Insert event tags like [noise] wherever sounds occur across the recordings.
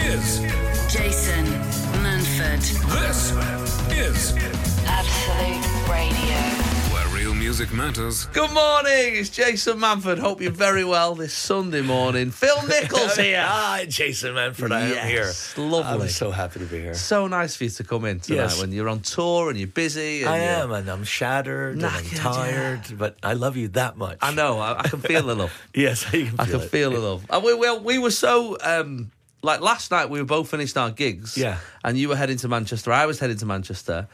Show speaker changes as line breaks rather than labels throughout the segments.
is
Jason Manford,
this is
Absolute Radio.
where real music matters.
Good morning, it's Jason Manford. Hope you're very well this Sunday morning.
[laughs]
Phil Nichols here.
Hi, Ah, Jason Manford. I am
Yes,
here.
lovely.
I'm so happy to be here.
So nice for you to come in tonight
Yes.
when you're on tour and you're busy. And
I
you're-
am, and I'm shattered, and I'm
Knackered,
tired, but I love you that much.
I know. I, I can feel the
[laughs]
love.
Yes, I can feel
I can
it.
feel the love. And we, well, we were so um, like last night. We were both finished our gigs.
Yeah.
And you were heading to Manchester. I was heading to Manchester.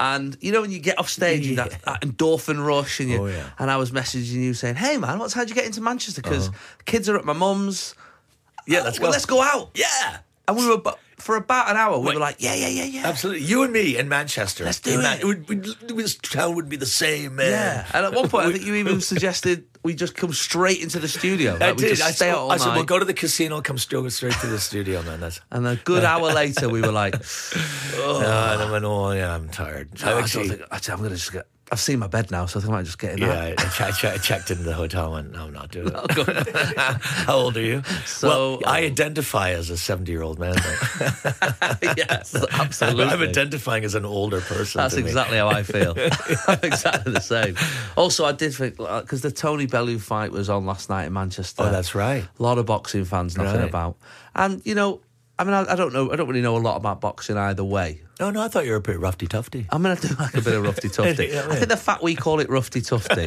And you know when you get off stage, you that, that endorphin rush, and you
Oh, yeah.
and I was messaging you saying, "Hey man, what time did you get into Manchester? Because kids are at my mum's.
Uh-huh. Yeah, let's
Well,
go.
let's go out."
Yeah,
And we were abo- for about an hour. We
Wait.
were like, yeah, yeah, yeah, yeah.
absolutely. You and me in Manchester.
Let's do
In
it.
would, would- this town would be the same, man.
Yeah. And at one point, I think you
[laughs]
even suggested we just come straight into the studio. Like,
I
we
did.
just
I,
stay
said,
out all
I said,
night.
"Well, go to the casino, come straight straight to the studio, man." That's
and a good hour later, we were like,
[laughs] oh. and I went, "Oh, yeah, I'm tired."
"Oh,
I
I don't think, actually, I'm going to just get. I've seen my bed now, so I think I might just get in
yeah,
that.
I, I, che- I checked into the hotel. and Went, no, I'm not doing
[laughs]
it. [laughs] How old are you?
Oh, So- uh,
well, I identify as a 70 year old
[laughs]
man. though. [laughs]
yes, absolutely.
I'm identifying as an older person.
That's
to me.
exactly how I
[laughs]
feel. I'm exactly the same. Also, I did think because the Tony Bellew fight was on last night in Manchester.
Oh, that's right.
A lot of boxing fans knocking
Right.
about, and you know, I mean, I, I don't know, I don't really know a lot about boxing either way.
Oh no, I thought you were pretty roughy tufty.
I'm gonna do like a bit of roughy [laughs] tufty.
Yeah, yeah.
I think the fact we call it roughy [laughs] tufty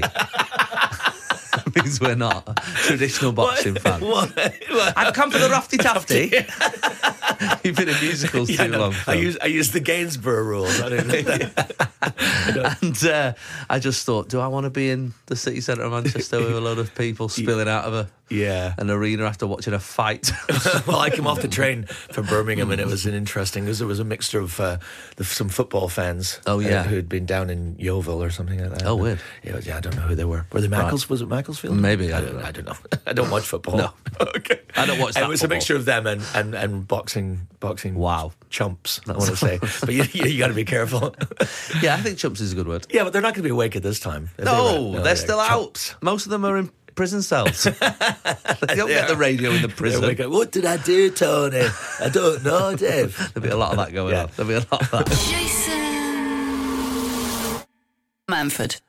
means we're not traditional [laughs] boxing fans.
What? What?
I've come for the [laughs] roughy tufty. [laughs] You've been in musicals
[laughs] Yeah,
too
no,
long.
I
Phil.
use I use the Gainsborough rule.
[laughs]
I didn't-
and uh, I just thought, do I want to be in the city centre of Manchester with a load of [laughs] people spilling out of a
yeah.
an arena after watching a fight?
[laughs] well, I came off the train for Birmingham, and it was an interesting because there was a mixture of uh, the, some football fans.
Oh,
uh,
yeah.
who'd been down in Yeovil or something like that.
Oh, weird.
Yeah, it was- yeah, I don't know who they were. Were they Maccles? Was it Macclesfield?
Maybe, I
I
don't
don't.
know.
I don't know. [laughs] I don't watch football.
No.
[laughs] okay.
I don't watch that
And It was
football.
a mixture of them and and, and boxing boxing.
Wow.
Chumps. I want
[laughs]
to say, but you, you, you got to be careful.
[laughs]
[laughs]
yeah, I [laughs] think chumps is a good word.
yeah, but they're not going to be awake at this time. If they
No,
were-
they're
yeah,
still
chumps.
out. Most of them are in prison cells. [laughs] they don't get
Yeah.
the radio in the
They'll
prison.
wake up, What did I do, Tony? I don't know, Dave.
[laughs] There'll be a lot of that going
Yeah.
on. There'll be a lot of that.
Jason Manford,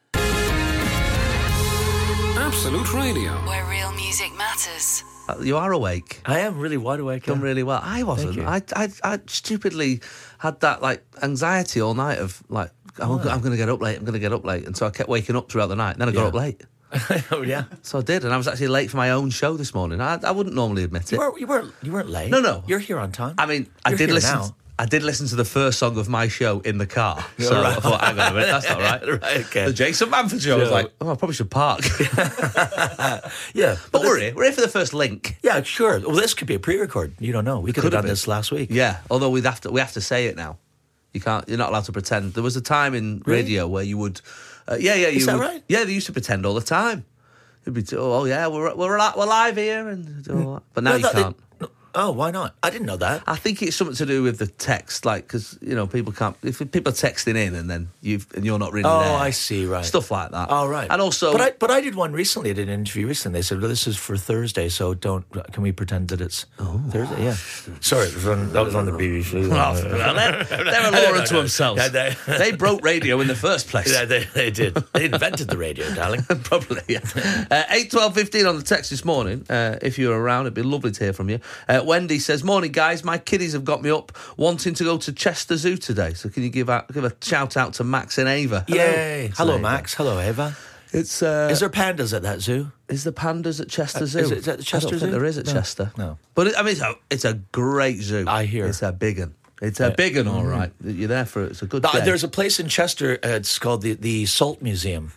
Absolute Radio.
where real music matters.
Uh, [laughs] You are awake.
I am really wide awake.
Done
[laughs] yeah.
really well. I wasn't.
you.
I, I I stupidly had that like anxiety all night of like I'm, I'm going to get up late. I'm going to get up late, and so I kept waking up throughout the night. And then I got
Yeah.
up late,
oh yeah.
so I did, and I was actually late for my own show this morning. I, I wouldn't normally admit it.
You weren't, you weren't. You weren't late.
No, no.
You're here on time.
I mean, I
You're
did
here
listen.
now.
I did listen to the first song of my show in the
[laughs]
car. So I
right.
thought, hang on a minute,
[laughs]
that's not right.
Right, okay.
The Jason Manford show. I was
So-
like, oh, I probably should
[laughs]
park.
Yeah,
but we're
this-
here. We're here for the first link.
Yeah, sure. Well, this could be a pre-record. You don't know. We could have
could have
done
been.
this last week.
Yeah, although we have to we have to say it now. You can't. You're not allowed to pretend. There was a time in
Really?
radio where you would. Uh, yeah, yeah. You
that
would-
right?
Yeah, they used to pretend all the time. It'd be oh, oh yeah, we're we're, li- we're live here and do all that. But now
No,
you
Hmm. that-
can't.
no. oh, why not? I didn't know that.
I think it's something to do with the text, like because you know people can't. If people are texting in and then you've and you're not really
Oh,
there.
I see, right.
Stuff like that.
All right.
And also,
but I, but I did one recently. I did an interview recently. They said, "Well, this is for Thursday, so don't. Can we pretend that it's Thursday?" Yeah. Sorry, it was on, that was on the BBC.
Oh, [laughs] well, they're, they're a law unto themselves.
Yeah, [laughs]
[laughs]
they-
they broke radio in the first place.
[laughs] yeah, they, they did. They invented the radio,
[laughs]
darling.
Probably, [laughs] yeah. Uh, 8, 12, 15 on the text this morning. Uh, if you're around, it'd be lovely to hear from you. Uh, Wendy says, Morning, guys. My kiddies have got me up wanting to go to Chester Zoo today. So can you give a, give a shout out to Max and Ava?
Yay!
So
Hello,
there you
Max. Hello, Eva.
go. It's, uh,
Is there pandas at that zoo?
is the pandas at Chester Zoo?
Uh, is it- is that the Chester
I don't think
Zoo?
there is at
No,
Chester.
no.
But, it, I mean, it's a, it's a great zoo.
I hear. Mm.
It's a big one. It's a big one, all right. You're there for it. It's a good
Uh,
day.
There's a place in Chester. Uh, it's called the the Salt Museum.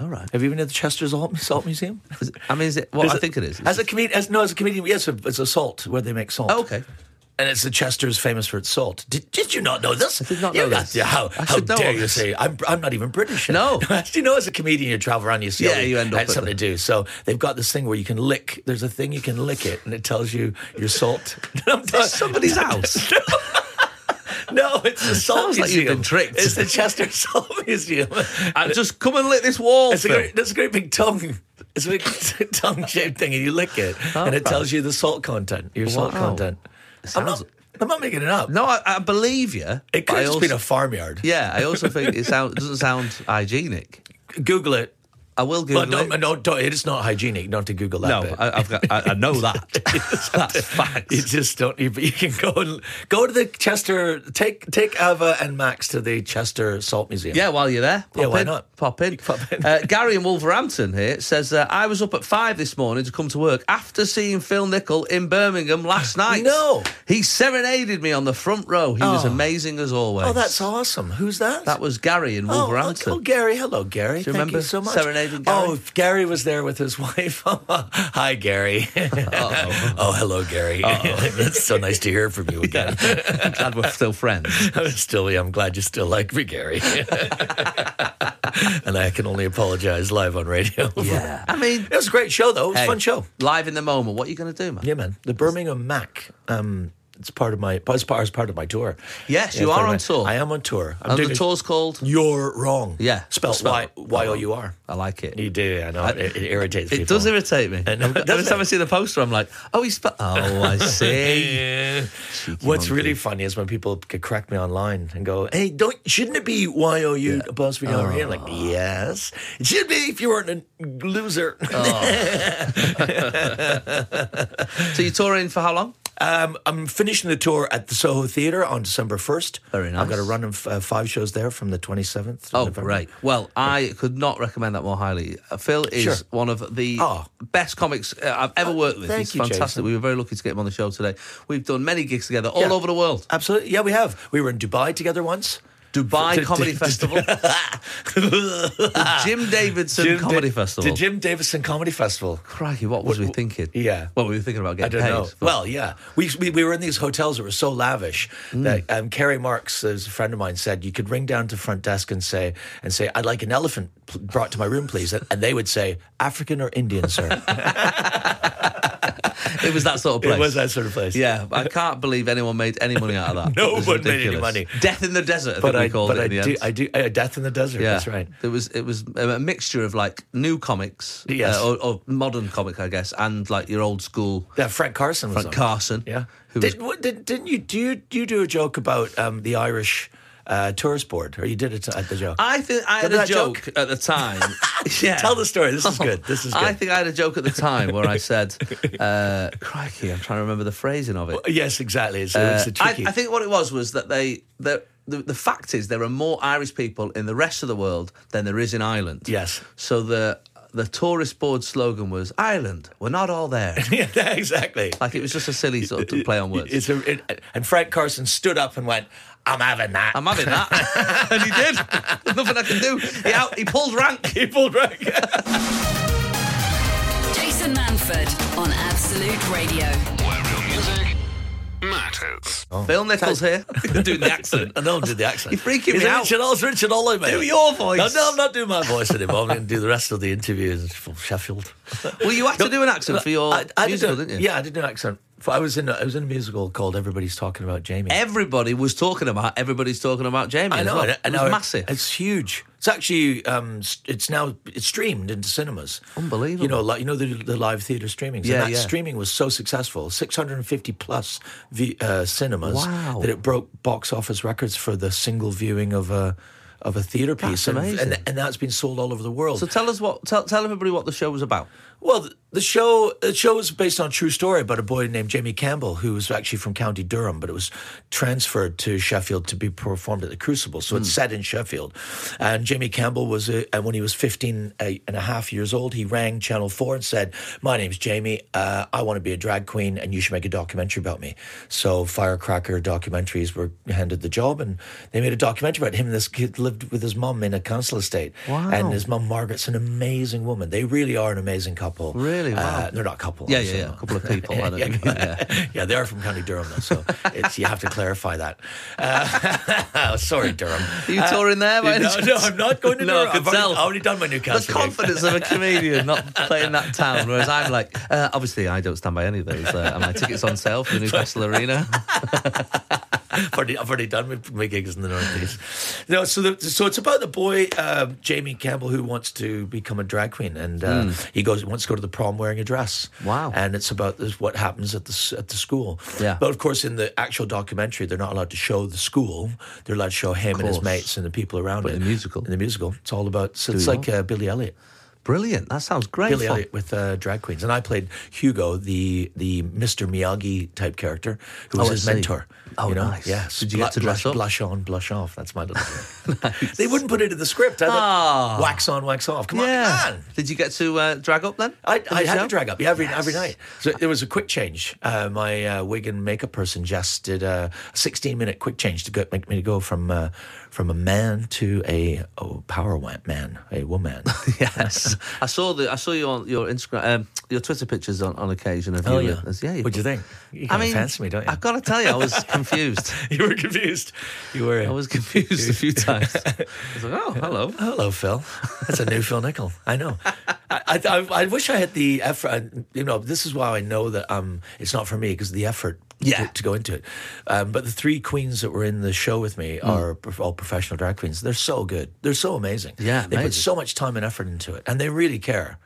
all right.
Have you been to the Chester's Salt Salt
[laughs]
Museum?
Is it- I mean, is it what
Is
I
it-
think it is?
As a comedian, as no, as a comedian, yes, it's a salt where they make salt.
Oh, okay.
And it's the Chester's famous for its salt. Did, did you not know this? I
did not
you
know
got-
this.
yeah, How,
I
how
should know
dare
all
you
this.
say I'm, I'm not even British?
No.
Do you know [laughs] as a comedian you travel around you see all
Yeah,
the-
you end up
that's
with
something
it.
to do. So they've got this thing where you can lick. There's a thing you can lick it and it tells you your salt. [laughs] I'm
[laughs]
done.
Somebody's house.
No, it's the salt
Sounds like you've
museum.
been tricked.
It's the Chester [laughs] Salt
[laughs]
Museum.
I Uh, just come and lick this wall.
It's a
Phil.
great, there's a great big tongue. [laughs] It's a big [laughs] tongue shaped thing, and you lick it, and it tells you the salt content, your salt
Oh, Wow.
content. I'm not,
sounds-
I'm not making it up.
No, I, I believe you.
It
but
could
I
have just
also-
been a farmyard.
Yeah, I also think it sound, doesn't sound hygienic.
Google it.
I will Google
Well, don't,
it.
no, don't, it's not hygienic not to Google that.
No,
bit.
I, I've got, I, I know
[laughs]
that. [laughs] That's
You
facts.
just don't. You, you can go and go to the Chester. Take take Ava and Max to the Chester Salt Museum.
Yeah, while you're there, pop
Yeah, why
in,
not?
Pop in.
[laughs] Pop in.
Uh, Gary in Wolverhampton here says, uh, "I was up at five this morning to come to work after seeing Phil Nicol in Birmingham last night.
No.
he serenaded me on the front row. He was
Oh.
amazing as always.
Oh, that's awesome. Who's that?
that was Gary in
Oh,
Wolverhampton.
Oh, Gary. Hello, Gary.
Do you
Thank
remember
you so much.
serenading Gary?
Oh, Gary was there with his [laughs] wife.
[laughs]
Hi, Gary. oh, hello, Gary. [laughs] It's so nice to hear from you again.
I'm glad we're still friends.
[laughs] I'm still, I'm glad you still like me, Gary. [laughs] and I can only apologize live on radio.
Yeah, I mean,
[laughs] It was a great show, though. It was
hey,
a fun show.
Live in the moment. What are you going to do, man?
Yeah, man. The Birmingham Mac. Um, it's part of my. It's part, it's part of my tour.
Yes,
Yeah,
you
it's
are
part of
on
my-
tour.
I am on tour. I'm
And
doing
the
a-
tour's called.
You're wrong.
Yeah,
spelled
spell
Y
it.
Y O U R.
I like it.
You do. I know. it, it irritates
It
people.
does irritate me.
I know,
[laughs] Every
doesn't
time
it?
I see the poster, I'm like, oh, he's. Spe- oh,
[laughs]
I see.
Yeah. What's
monkey.
really funny is when people c- crack me online and go, "Hey, don't shouldn't it be Y O U above V R E?" I'm like,
Oh.
"Yes, it should be if you weren't a loser."
Oh. so you're touring for how long?
Um, [laughs] I'm finishing the tour at the Soho Theatre on December 1st.
Very nice.
I've got a run of uh, five shows there from the 27th. to
Oh,
November.
great. Well, I could not recommend that more highly. Uh, Phil is
Sure.
one of the
Oh.
best comics uh, I've ever worked with.
thank
He's
you,
fantastic.
Jason.
We were very lucky to get him on the show today. We've done many gigs together all
Yeah.
over the world.
Absolutely. Yeah, we have. We were in Dubai together once.
Dubai
Did-
Comedy
did- [laughs]
Festival, the Jim Davidson
Ah. Jim
Comedy
Da-
Festival.
The Jim Davison Comedy Festival.
Crikey, what was we thinking?
yeah.
What were we thinking about
I
getting
don't
paid?
know.
But-
Well, yeah, we, we we were in these hotels that were so lavish
Mm.
that um, Kerry Marks, as a friend of mine, said you could ring down to front desk and say and say I'd like an elephant pl- brought to my room, please, and, and they would say African or
[laughs]
Indian, sir.
it was that sort of place.
[laughs] it was that sort of place.
Yeah, I can't believe anyone made any money out of
[laughs]
that.
No
It was
one made any
ridiculous.
money.
Death in the desert, I
but
think
I
we called
but
it
I
in the
do
end.
I do uh, Death in the Desert.
yeah,
That's right.
There was it was a a mixture of like new comics,
Yes.
uh, or, or modern comic, I guess, and like your old school
Yeah, Frank Carson was
Frank
on.
Carson.
Yeah.
who was
Did, what, did, didn't you do you, you do a joke about um, the Irish uh, tourist board, or you did it at the show?
I think I had
Remember
a
that joke?
joke, at the
[laughs]
time. yeah.
Tell the story.
[laughs]
This is good. This is good.
Oh, I think I had a joke at the time where I
[laughs]
said, uh, "Crikey, I'm trying to remember the phrasing of it."
yes, exactly. It's, it's a
Uh, I,
tricky.
I think what it was was that they the, the the fact is there are more Irish people in the rest of the world than there is in Ireland.
Yes.
So the the tourist board slogan was Ireland, we're not all there.
[laughs] yeah, exactly.
like it was just a silly sort of play on words.
It's a, it, and Frank Carson stood up and went, "I'm having that."
I'm having that, and he did. There's nothing I can do. He out, he pulled
[laughs]
rank.
[laughs] He pulled rank.
Jason Manford on Absolute Radio.
Where real music matters.
Phil Nichols here [laughs] doing the accent.
I don't do the accent.
You're freaking me
It's
out.
Richard Oz, Richard Ollie, mate.
Do your voice.
No, no, I'm not doing my voice anymore. I'm going to do the rest of the interviews from Sheffield.
Well, you had to do an accent for your
I, I
musical, did
did a-
not you?
Yeah, I did an accent. F- I was in a, I was in a musical called Everybody's Talking About Jamie.
Everybody was talking about. Everybody's talking about Jamie.
I
as
know,
well.
and-
It
and
was
now
massive.
It's huge. It's actually, um, s- it's now it's streamed into cinemas.
Unbelievable.
You know, like you know the, the live theater streaming.
Yeah,
and that
yeah.
streaming was so successful, 650 plus v, uh, cinemas.
Wow.
That it broke box office records for the single viewing of a of a theater piece. And-
amazing.
And, th- and that's been sold all over the world.
So tell us what. Tell, tell everybody what the show was about.
Well, th- the show the show is based on a true story about a boy named Jamie Campbell who was actually from County Durham, but it was transferred to Sheffield to be performed at the Crucible. So it's set in Sheffield. And Jamie Campbell was, a, and when he was 15 a- and a half years old, he rang Channel 4 and said, My name's Jamie. Uh, I want to be a drag queen and you should make a documentary about me. So Firecracker Documentaries were handed the job and they made a documentary about him. This kid lived with his mum in a council estate.
Wow.
And his mum Margaret's an amazing woman. They really are an amazing couple.
Really? Wow.
Uh, they're not a couple.
Yeah, yeah,
obviously
yeah.
not.
A couple of people. I don't
[laughs] yeah,
know. Yeah.
yeah, they are from County Durham, though, so it's, you have to clarify that. Uh, [laughs] sorry, Durham.
[laughs] Are you touring there, by
No,
any
no,
chance?
I'm not going to
No, I
Durham.
could
I've already-
tell.
I've already done my Newcastle.
The
gig.
confidence of a comedian
[laughs]
not playing that town, whereas I'm like, uh, obviously I don't stand by any of those. Uh, and my ticket's on sale for the Newcastle Arena.
I've already, I've already done with my gigs in the Northeast. No, so the, so it's about the boy um, Jamie Campbell who wants to become a drag queen, and uh, he goes wants to go to the prom wearing a dress.
Hmm. Wow.
And it's about this, what happens at the s- at the school.
Yeah.
But of course, in the actual documentary, they're not allowed to show the school. They're allowed to show him and his
course.
mates and the people around
But
him.
the musical.
In the musical, it's all about. So it's
you
like uh, Billy Elliot.
Brilliant. That sounds great.
Billy
fun.
Elliot with uh, drag queens, and I played Hugo, the the Mr. Miyagi type character, who was
Oh, I
his
see.
mentor.
Oh,
you know?
nice.
Yeah.
Did you get to dress
blush,
up?
Blush on, blush off. That's my little.
[laughs]
[laughs] They wouldn't put it in the script. I thought,
Ah.
wax on, wax off. Come
Yeah.
on, man.
Did you get to uh, drag up then?
I,
For
I
the
had
show?
to drag up yeah, every every
Yes.
night. So there was a quick change. Uh, my uh, wig and makeup person Jess did a 16 minute quick change to go, make me go from uh, from a man to a oh, power wa- man, a woman.
[laughs] [laughs] Yes, I saw the I saw you on your Instagram, um, your Twitter pictures on, on occasion of you.
Oh, yeah.
as- yeah.
What'd you think? You
I
kinda
mean,
fancy me, don't you?
I've got to tell you, I was
[laughs]
confused.
you were confused. You were.
I was confused a
[laughs]
few times. I was like, oh, hello.
Hello, Phil. [laughs] That's a new Phil Nickel. I know. I, I, I- I wish I had the effort. I- You know, this is why I know that um, it's not for me because the effort
Yeah.
to, to go into it. Um, but the three queens that were in the show with me
Mm.
are prof- all professional drag queens. They're so good. They're so amazing.
Yeah,
they
amazing. Mm.
put so much time and effort into it, and they really care.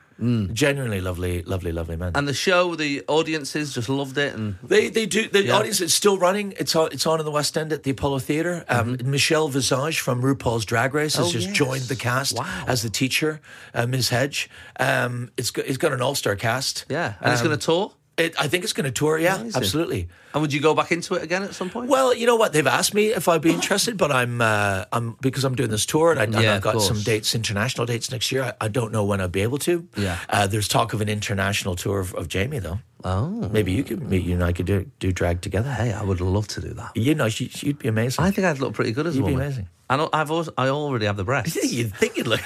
Genuinely lovely, lovely, lovely men.
And the show, the audiences just loved it, and
They they do the audience. It's still running. It's on. It's on in the West End at the Apollo Theatre. Um, Michelle Visage from RuPaul's Drag Race has
Mm-hmm. Oh,
just
yes.
joined the cast
Wow.
as the teacher, uh, Ms. Hedge. Um, it's got, it's got an all star cast.
yeah, and it's
Um,
going to tour.
It, I think it's going to tour. Yeah,
Amazing.
absolutely.
And would you go back into it again at some point?
Well, you know what? They've asked me if I'd be interested, but I'm, uh, I'm because I'm doing this tour and, I, and
Oh. Yeah,
I've
of
got some
course.
dates, international dates next year. I, I don't know when I'll be able to.
Yeah.
Uh, there's talk of an international tour of, of Jamie though. Oh, maybe you could, you and I could do do drag together.
hey, I would love to do that.
You know, she, she'd be amazing.
I think I'd look pretty good as a
You'd be
woman.
amazing.
I know, I've also, I already have the breasts.
[laughs] you'd think
[laughs]
you'd look.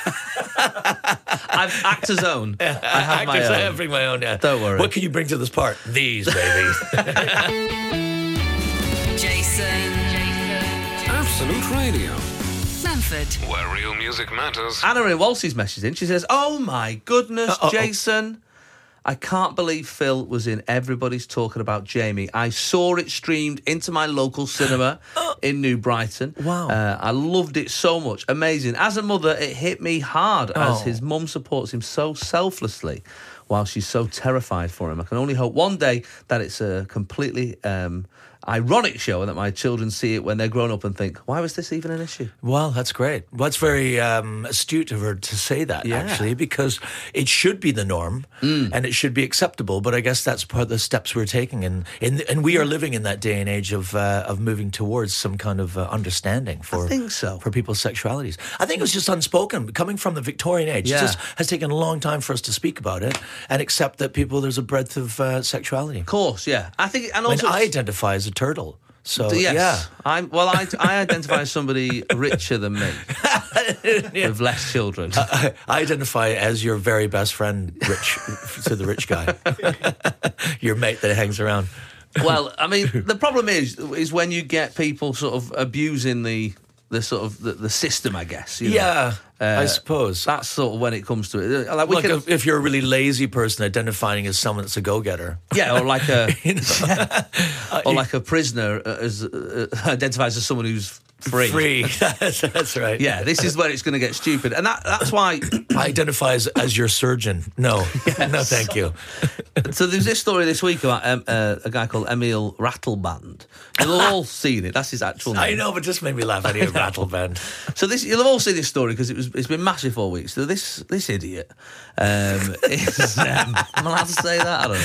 I've actor's own. I have my
Actors, [laughs] I
own.
bring my own. Yeah.
Don't worry.
What can you bring to this part? These, baby.
[laughs]
Jason.
Absolute Radio,
Manford.
where real music matters.
Anna in Walsey's message in. She says, "Oh my goodness,
Uh-oh.
Jason." I can't believe Phil was in Everybody's Talking About Jamie. I saw it streamed into my local
[gasps]
cinema in New Brighton.
Wow.
Uh, I loved it so much. Amazing. As a mother, it hit me hard
Oh.
as his mum supports him so selflessly while she's so terrified for him. I can only hope one day that it's a completely um, ironic show and that my children see it when they're grown up and think, why was this even an issue?
well, that's great. Well, that's very um, astute of her to say that,
Yeah. Mm.
actually, because it should be the norm and it should be acceptable. But I guess that's part of the steps we're taking, and and, and we are living in that day and age of uh, of moving towards some kind of uh, understanding for
think so.
for people's sexualities. I think it was just unspoken, coming from the Victorian age. It
Yeah.
just has taken a long time for us to speak about it and accept that people there's a breadth of uh, sexuality.
Of course, yeah. I think, and
I mean,
also,
I identify as a turtle. So
Yes. I'm well I, I identify as somebody richer than [laughs] me [laughs] with less children.
yeah, I identify as your very best friend, rich to the
[laughs]
rich guy, your mate that hangs around.
well, I mean the problem is is when you get people sort of abusing the the sort of the, the system, I guess. you know.
Yeah, I
Uh,
suppose.
That's sort of when it comes to it. Uh, Like we
Look,
can-
if, if you're a really lazy person, identifying as someone that's a go-getter.
[laughs]
[laughs]
yeah, or like [laughs] a
You know? Uh,
or like a prisoner uh, as uh, identifies as someone who's free.
Free. [laughs] that's, that's right.
Yeah, this is where it's going to get stupid, and that, that's why [coughs]
I identify as, as your surgeon. No, no, thank you.
So there's this story this week about um, uh, a guy called Emil Rattleband. You'll have all seen it. That's his actual name.
I know, but just made me laugh. I
[laughs]
need a rattle band.
So this you'll have all seen this story because it was it's been massive for weeks. So this this idiot, um, [laughs] is, um, I'm allowed to say that. I don't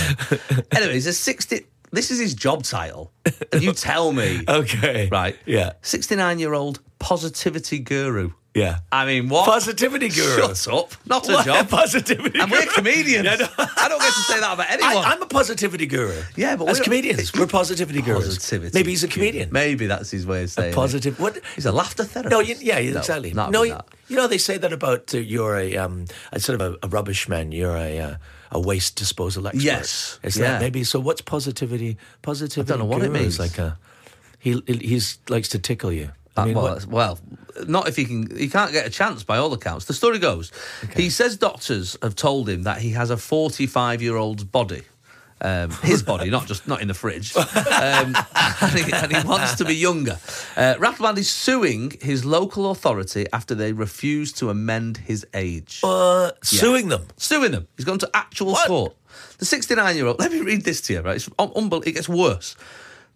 [laughs]
know. Anyway, he's a sixty. This is his job title. And you tell me,
[laughs] Okay.
right?
Yeah.
sixty-nine year old positivity guru.
Yeah.
I mean, what
Positivity guru.
Shut up! Not a
What
job.
[laughs] positivity
and we're
guru.
comedians.
Yeah, no.
I don't get to say that about anyone.
I, I'm a positivity guru.
Yeah, but
as
we're-
comedians, we're positivity gurus.
Positivity.
Maybe he's a comedian.
Maybe that's his way of saying it.
Positive. What?
He's a laughter therapist.
No, you, yeah, exactly.
Not
no,
with
you,
that.
you know they say that about uh, you're a, um, a sort of a, a rubbish man. You're a uh, a waste disposal expert.
Yes,
It's
yeah.
that maybe. So what's positivity? Positivity.
know what it
guru
means.
is Like a, he he's likes to tickle you. I
Uh,
mean,
well,
what-
that's- well, not if he can. He can't get a chance by all accounts. The story goes, he says doctors have told him that he has a 45 year old's body. um, his body, not just not in the
[laughs]
fridge. Um, and, he, and he wants to be younger. Uh, Rathband is suing his local authority after they refused to amend his age.
Uh, Suing them.
Suing them. He's gone to actual court. The 69 year old, let me read this to you, right? It's un- unbel- it gets worse.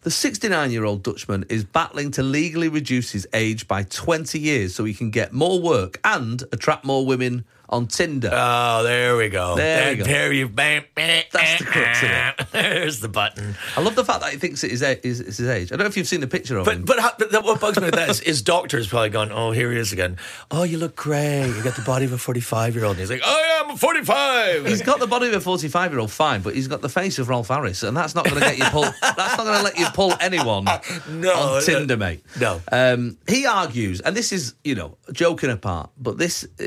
The 69 year old Dutchman is battling to legally reduce his age by 20 years so he can get more work and attract more women on Tinder.
Oh, there we go.
There
There,
we go.
there you. Bam, bam,
That's the crux of it.
[laughs] There's the button.
I love the fact that he thinks it is, a- is, is his age. I don't know if you've seen the picture of him.
But but, how, but that- what bugs me with that is, is doctors probably going, oh here he is again. Oh you look great. You got the body of a forty five year old. And he's like, "Oh, I am forty five.
He's got the body of a 45 year old, fine, but he's got the face of Rolf Harris, and that's not going to get you pull. that's not going to let you pull anyone
[laughs] No,
on
no,
Tinder, mate.
no.
Um, he argues, and this is, you know, joking apart, but this uh,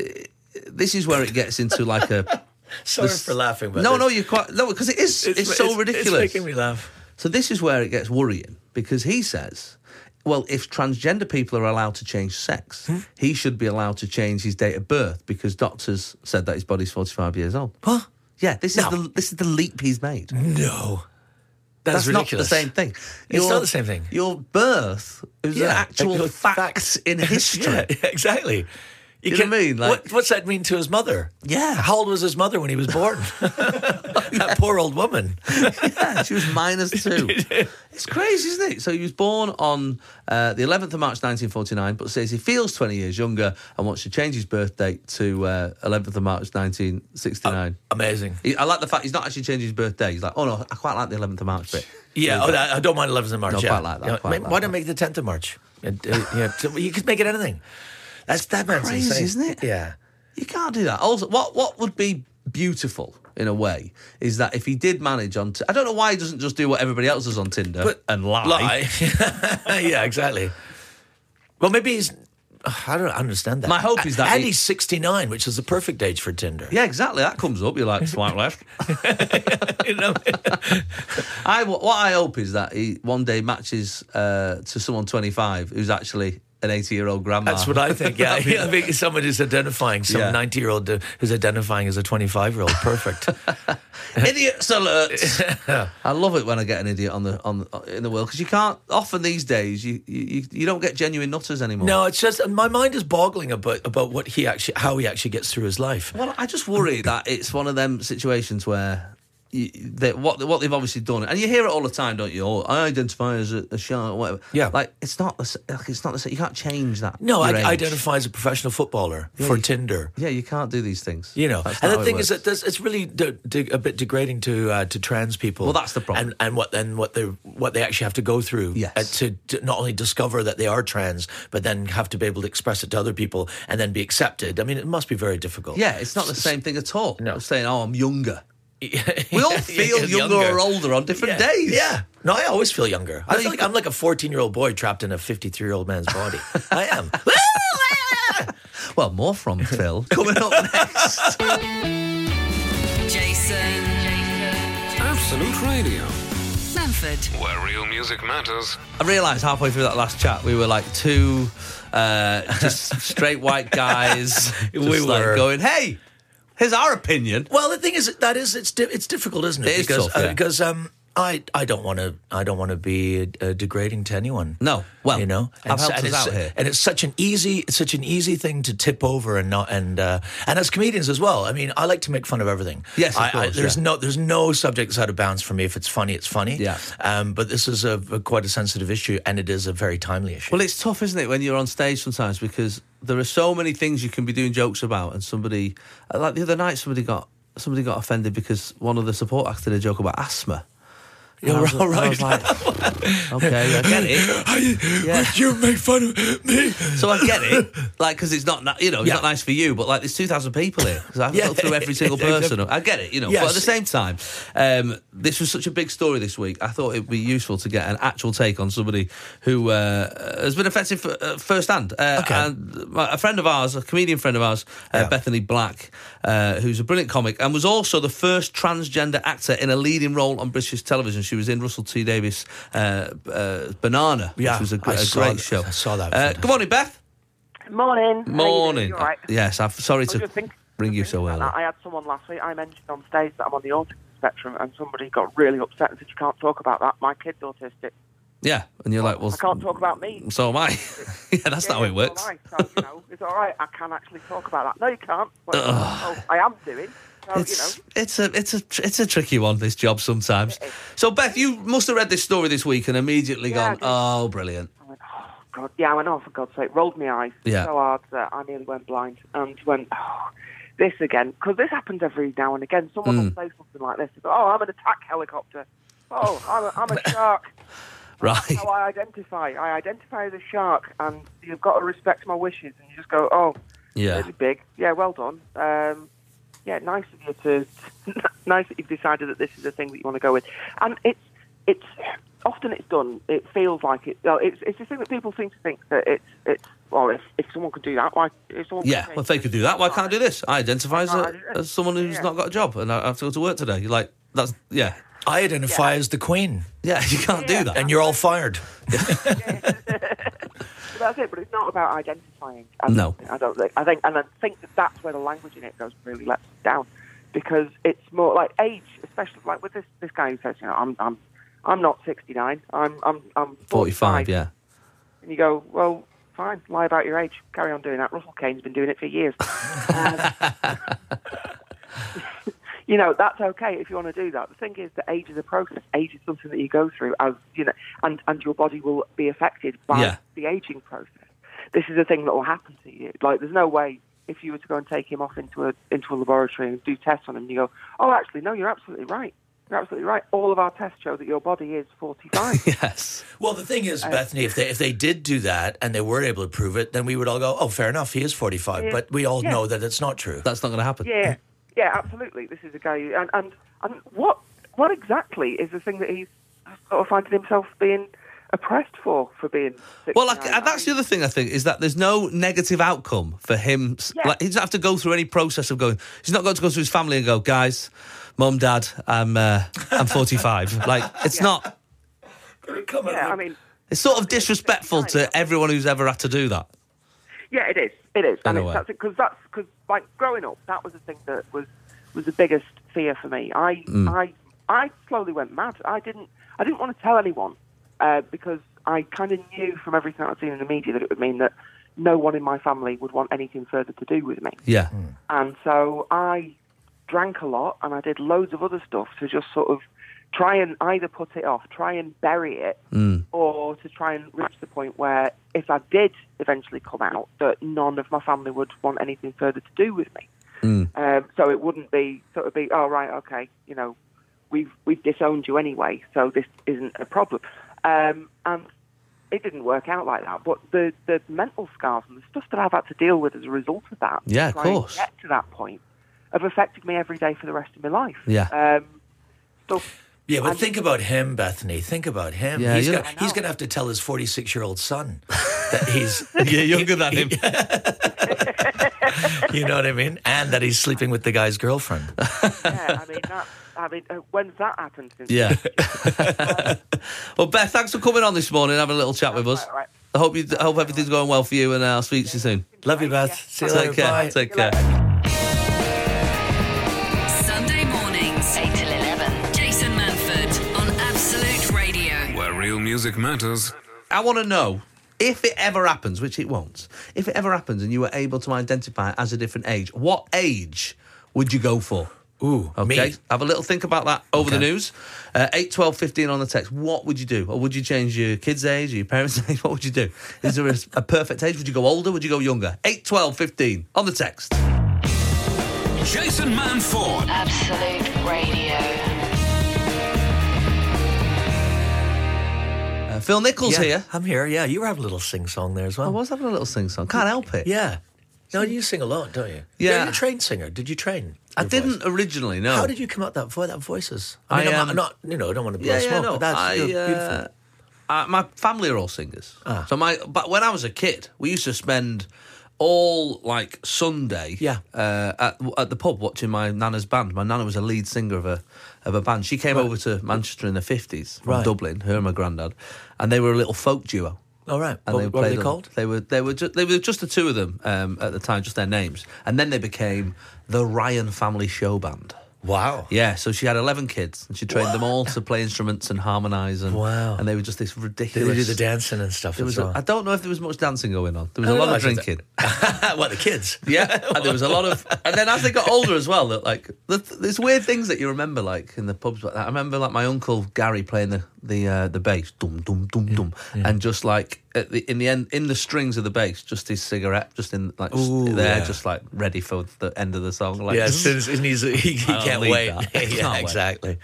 this is where it gets into like a.
[laughs] Sorry for laughing. But
no,
it's-
no, you're quite. No, because it is. It's, so ridiculous.
It's making me laugh.
So this is where it gets worrying because he says, well, if transgender people are allowed to change sex,
Hmm?
he should be allowed to change his date of birth because doctors said that his body's 45 years old.
What?
Yeah, this
No.
is the this is the leap he's made.
No.
That's,
That's,
not the
ridiculous.
same thing.
not the same thing.
Your birth is
Yeah,
an actual
actual
fact
facts.
in history.
[laughs] Yeah, exactly. You,
know what I mean? Like-
what, what's that mean to his mother?
Yeah.
How old was his mother when he was
[laughs]
born? [laughs] that poor old woman.
Yeah, she was [laughs] minus two. it's crazy, isn't it? So he was born on uh, the 11th of March 1949, but says he feels 20 years younger and wants to change his birth date to uh, 11th of March 1969.
Amazing.
He- I like the fact he's not actually changing his birthday. He's like, oh no, I quite like the 11th of March [laughs] bit.
Yeah, oh, that, I don't mind 11th of March.
No,
yeah.
quite like that,
You know,
quite
ma-
like
why
that.
don't make the 10th
[laughs]
of March? And, uh, you, know, so you could make it anything. That's that man's
crazy,
insane.
isn't it?
Yeah.
You can't do that. Also, what what would be beautiful in a way is that if he did manage on, t- I don't know why he doesn't just do what everybody else does on Tinder and lie.
Lie. [laughs] yeah, exactly. Well, maybe he's. I don't understand that.
My hope is that
And
he-
he's 69, which is the perfect age for Tinder.
Yeah, exactly. That comes up. You're like swipe left.
You know?
I what I hope is that he one day matches uh, to someone 25 who's actually an 80 year old grandma.
[laughs]
[laughs]
That's what I think. Yeah,
That'd be-
[laughs] yeah I think someone who's identifying,
Yeah.
some ninety-year-old uh, who's identifying as a
[laughs]
twenty-five-year-old. Perfect.
Idiots alert! I love it when I get an idiot on the on in the world because you can't often these days you, you you don't get genuine nutters anymore.
no, it's just my mind is boggling about about what he actually, how he actually gets through his life.
Well, I just
[laughs]
worry that it's one of them situations where you, they, what what they've obviously done, and you hear it all the time, don't you? Oh, I identify as a, a shark or whatever.
Yeah.
like it's not the s- like, it's not the s- you can't change that.
No, I
your age.
identify as a professional footballer for Tinder.
Yeah, you can't do these things.
You know,
That's
and
not
the
how it
thing is
works.
that this, it's really de- de- a bit degrading to uh, to trans people.
Well, that's the problem.
and, and what then what they what they actually have to go through
Yes.
uh, to, to not only discover that they are trans, but then have to be able to express it to other people and then be accepted. I mean, it must be very difficult.
yeah, it's not the same thing at all.
No.
saying oh, I'm
[laughs]
younger.
we
We
[laughs]
all feel younger, or older on different
yeah.
days.
Yeah, no, I always feel younger. I
No, you-
feel like I'm like a 14 year old boy trapped in a 53 year old man's
[laughs]
body. I am.
Well, more from Phil [laughs] coming up next.
Jason. Jason.
Absolute Radio,
Manford.
where real music matters.
I realised halfway through that last chat we were like two uh, just straight white guys just
[laughs] We
like
were.
going, hey, here's our opinion.
Well, the thing is that is it's di- it's difficult, isn't it?
It is
because
tough, yeah.
uh, because um I I don't want to I don't want to be uh, degrading to anyone.
No, well,
you know,
I've helped
so-
us
it's,
out here.
and it's such an easy it's such an easy thing to tip over and not and uh, and as comedians as well. I mean, I like to make fun of everything.
Yes, of
I, I,
course,
there's
yeah.
no there's no subject that's out of bounds for me. If it's funny, it's funny.
Yeah.
Um, but this is a, a quite a sensitive issue, and it is a very timely issue.
Well, it's tough, isn't it, when you're on stage sometimes because there are so many things you can be doing jokes about, and somebody, like the other night, somebody got somebody got offended because one of the support acts did a joke about asthma. And I was,
all
I was
right.
like, [laughs] okay, I get it. Yeah.
You make fun of me.
So I get
[laughs]
it, like because it's not, na- you know, it's
Yeah.
not nice for you, but like there's two thousand people here because I have to
Yeah.
go through every
[laughs]
single person. I get it, you know. But at
Yes.
the same time, um, this was such a big story this week. I thought it'd be useful to get an actual take on somebody who uh, has been affected f- uh, firsthand. Uh,
Okay.
And my- a friend of ours, a comedian friend of ours, uh,
Yeah.
Bethany Black, uh, who's a brilliant comic and was also the first transgender actor in a leading role on British television. She was in Russell T Davis' uh, uh, Banana,
Yeah,
which was a, gr-
I
a
saw
great
that-
show.
I saw that.
Uh, good morning, Beth.
Morning. How you doing?
Morning.
You all right?
Yes, I'm sorry
I was
to
just think-
bring you
just
so
thinking
early.
about that. I had someone last week. I mentioned on stage that I'm on the autism etc. And somebody got really upset and said, "You can't talk about that. My kid's autistic.
Yeah, and you're like, well,
I can't talk about me."
so am I. [laughs] yeah, that's not how it
Yeah, it's
works.
all right. So, you know, it's all right. I can actually talk about that. No, you can't. Well, oh, I am doing. So,
It's
you
it's a it's a tr- it's a tricky one. This job sometimes.
It is.
So Beth, you must have read this story this week and immediately
Yeah, I
gone,
did.
oh, brilliant.
know, I went, oh, God. Yeah, I went, oh, for God's sake. Rolled my eyes
Yeah.
so hard that I nearly went blind and went, oh, this again. Because this happens every now and again. Someone
Hmm.
will say something like this. They go, Oh, I'm an attack helicopter. Oh, I'm a, I'm
[laughs]
a shark.
Right.
How I identify. I identify as a shark, and you've got to respect my wishes. And you just go, oh,
Yeah.
really big. Yeah, well done. Um, yeah, nice of you to [laughs] nice that you've decided that this is the thing that you want to go with. And it's it's often it's done. It feels like it. Well, it's it's the thing that people seem to think that it's it's well if if someone could do that, why if someone
Yeah,
could
well, if they could do that, why can't I do this? I identify as,
Why
a,
can't I do
as someone who's
Yeah.
not got a job and I have to go to work today. You're like, that's, yeah,
I identify as the Queen,
yeah, [laughs] you can't
Yeah.
do that.
and you're all fired.
But that's it. But it's not about identifying. I
No.
don't think- I don't think. I think, and I think that that's where the language in it goes really lets us down, because it's more like age, especially like with this this guy who says, you know, I'm I'm I'm not 69. I'm I'm I'm
45, yeah. [laughs]
And you go, well, fine, lie about your age. Carry on doing that. Russell Kane's been doing it for years. Um, you know, that's okay if you want to do that. The thing is that age is a process. Age is something that you go through as, you know, and, and your body will be affected by
Yeah.
the aging process. This is a thing that will happen to you. Like, there's no way if you were to go and take him off into a, into a laboratory and do tests on him, you go, oh, actually, no, you're absolutely right. You're absolutely right. All of our tests show that your body is 45.
Yes.
Well, the thing is, Bethany, if they if they did do that and they were able to prove it, then we would all go, "Oh, fair enough, he is 45."
Yeah.
But we all
Yeah.
know that it's not true.
That's not going to happen.
Yeah, yeah, absolutely. This is a guy, who, and and and what what exactly is the thing that he's sort of finding himself being oppressed for for being? 69?
Well, like, and that's the
I mean,
other thing I think is that there's no negative outcome for him. S-
Yeah.
Like, he doesn't have to go through any process of going. He's not going to go to his family and go, guys, mum, dad, I'm uh, I'm 45. like, it's not.
Come on,
yeah, I mean,
It's sort of disrespectful to everyone who's ever had to do that.
yeah, it is, it is,
In
and
a
it's,
way.
that's because that's because like growing up, that was the thing that was was the biggest fear for me. I
Mm.
I I slowly went mad. I didn't I didn't want to tell anyone uh, because I kind of knew from everything I'd seen in the media that it would mean that no one in my family would want anything further to do with me.
Yeah.
And so I drank a lot and I did loads of other stuff to just sort of try and either put it off, try and bury it,
Mm.
or to try and reach the point where if I did eventually come out, that none of my family would want anything further to do with me.
Mm.
Um, so it wouldn't be sort of be, oh right, okay, you know, we've we've disowned you anyway, so this isn't a problem. Um, and it didn't work out like that. But the the mental scars and the stuff that I've had to deal with as a result of that,
Yeah, of
trying to
course.
get to that point, have affected me every day for the rest of my life.
Yeah.
Um, stuff.
Yeah, but think about him, Bethany. Think about him.
Yeah,
he's
you're-
gonna, he's going to have to tell his 46 year
[laughs]
old son that he's,
[laughs] Yeah, younger than him.
you know what I mean, and that he's sleeping with the guy's girlfriend.
yeah, I mean, that, I mean, uh, when's that happened? Since
Yeah. [laughs] well, Beth, thanks for coming on this morning and having a little chat with us.
Right, right.
I hope you. I hope everything's going well for you, and uh, I'll speak to you soon.
Love you, Beth. See you later.
Take care.
Bye.
Take care.
Sunday mornings, 8 till 11. Jason Manford on Absolute Radio.
Where real music matters.
I want to know if it ever happens, which it won't. If it ever happens, and you were able to identify as a different age, what age would you go for?
Ooh,
Okay,
me.
have a little think about that over the
Okay.
news. Uh, 8, 12, 15 on the text. What would you do? Or would you change your kid's age or your parents' [laughs] age? What would you do? Is there a, a perfect age? Would you go older? Would you go younger? 8, 12, 15 on the text.
Jason Manford.
Absolute Radio.
Uh, Phil Nichols
Yeah,
here. Oh,
I'm here. Yeah, you were having a little sing song there as well.
I was having a little sing song. Can't help it.
Yeah. No, you sing a lot, don't you?
Yeah.
You're a trained singer. Did you train?
I
your
didn't
voice?
originally, no.
How did you come up that voice? That voices.
I,
Oh. I mean, I,
um,
am not. You know, I don't want to blow
yeah,
smoke,
yeah, no.
but that's
I,
you're beautiful. Ah.
uh, uh, my family are all singers. So my, but when I was a kid, we used to spend all like Sunday,
Yeah.
uh, at, at the pub watching my nana's band. My nana was a lead singer of a of a band. She came over to Manchester in the fifties from
Right.
Dublin. Her and my granddad, and they were a little folk duo.
All right.
And
What,
they
what were
played
they
on-
called?
They were they were just, they were just the two of them um, at the time, just their names, and then they became the Ryan Family Show Band.
Wow.
Yeah, so she had 11 kids and she trained them all to play instruments and harmonise. And,
Wow.
And they were just this
Did
ridiculous.
they do the dancing and stuff
There
and
was
so
a, I
[laughs] on?
don't know if there was much dancing going on. There was
I
a lot
don't know,
of
Oh, I should
drinking.
[laughs] what, the kids?
Yeah, and there was a lot of, and then as they got older as well, that like the, there's weird things that you remember like in the pubs like that. I remember like my uncle Gary playing the the uh, the bass, dum dum dum dum, and just like at the, in the end in the strings of the bass, just his cigarette, just in like just
Ooh,
there,
yeah.
just like ready for the end of the song. Like,
[laughs] Yeah, as soon as he's, he, he
don't
can't
need
wait.
that. I can't
[laughs] yeah,
wait.
exactly.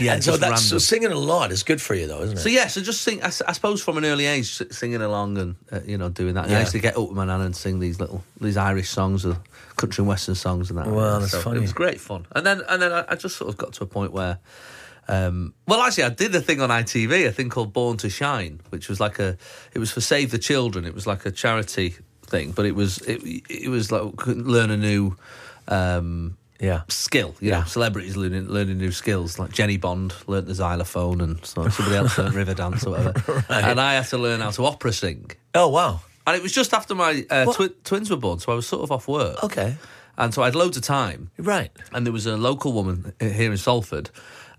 Yeah,
and so
just
that's so
random.
singing a lot is good for you, though, isn't it?
So yeah, so just sing. I, s- I suppose from an early age, s- singing along and uh, you know doing that. And I
Yeah.
used to get up with my nan and sing these little these Irish songs or country and western songs and that.
Wow, that's
So
funny.
It was great fun. And then and then I, I just sort of got to a point where. Um, well, actually, I did a thing on ITV, a thing called Born to Shine, which was like a, it was for Save the Children. It was like a charity thing, but it was it, it was like couldn't learn a new um,
yeah.
skill. You know, celebrities learning learning new skills. Like Jenny Bond learnt the xylophone, and so somebody else
[laughs]
learnt river dance or whatever. And I had to learn how to opera sing.
Oh, wow.
And it was just after my uh, twi- twins were born, so I was sort of off work.
Okay.
And so I had loads of time
Right.
and there was a local woman h- here in Salford,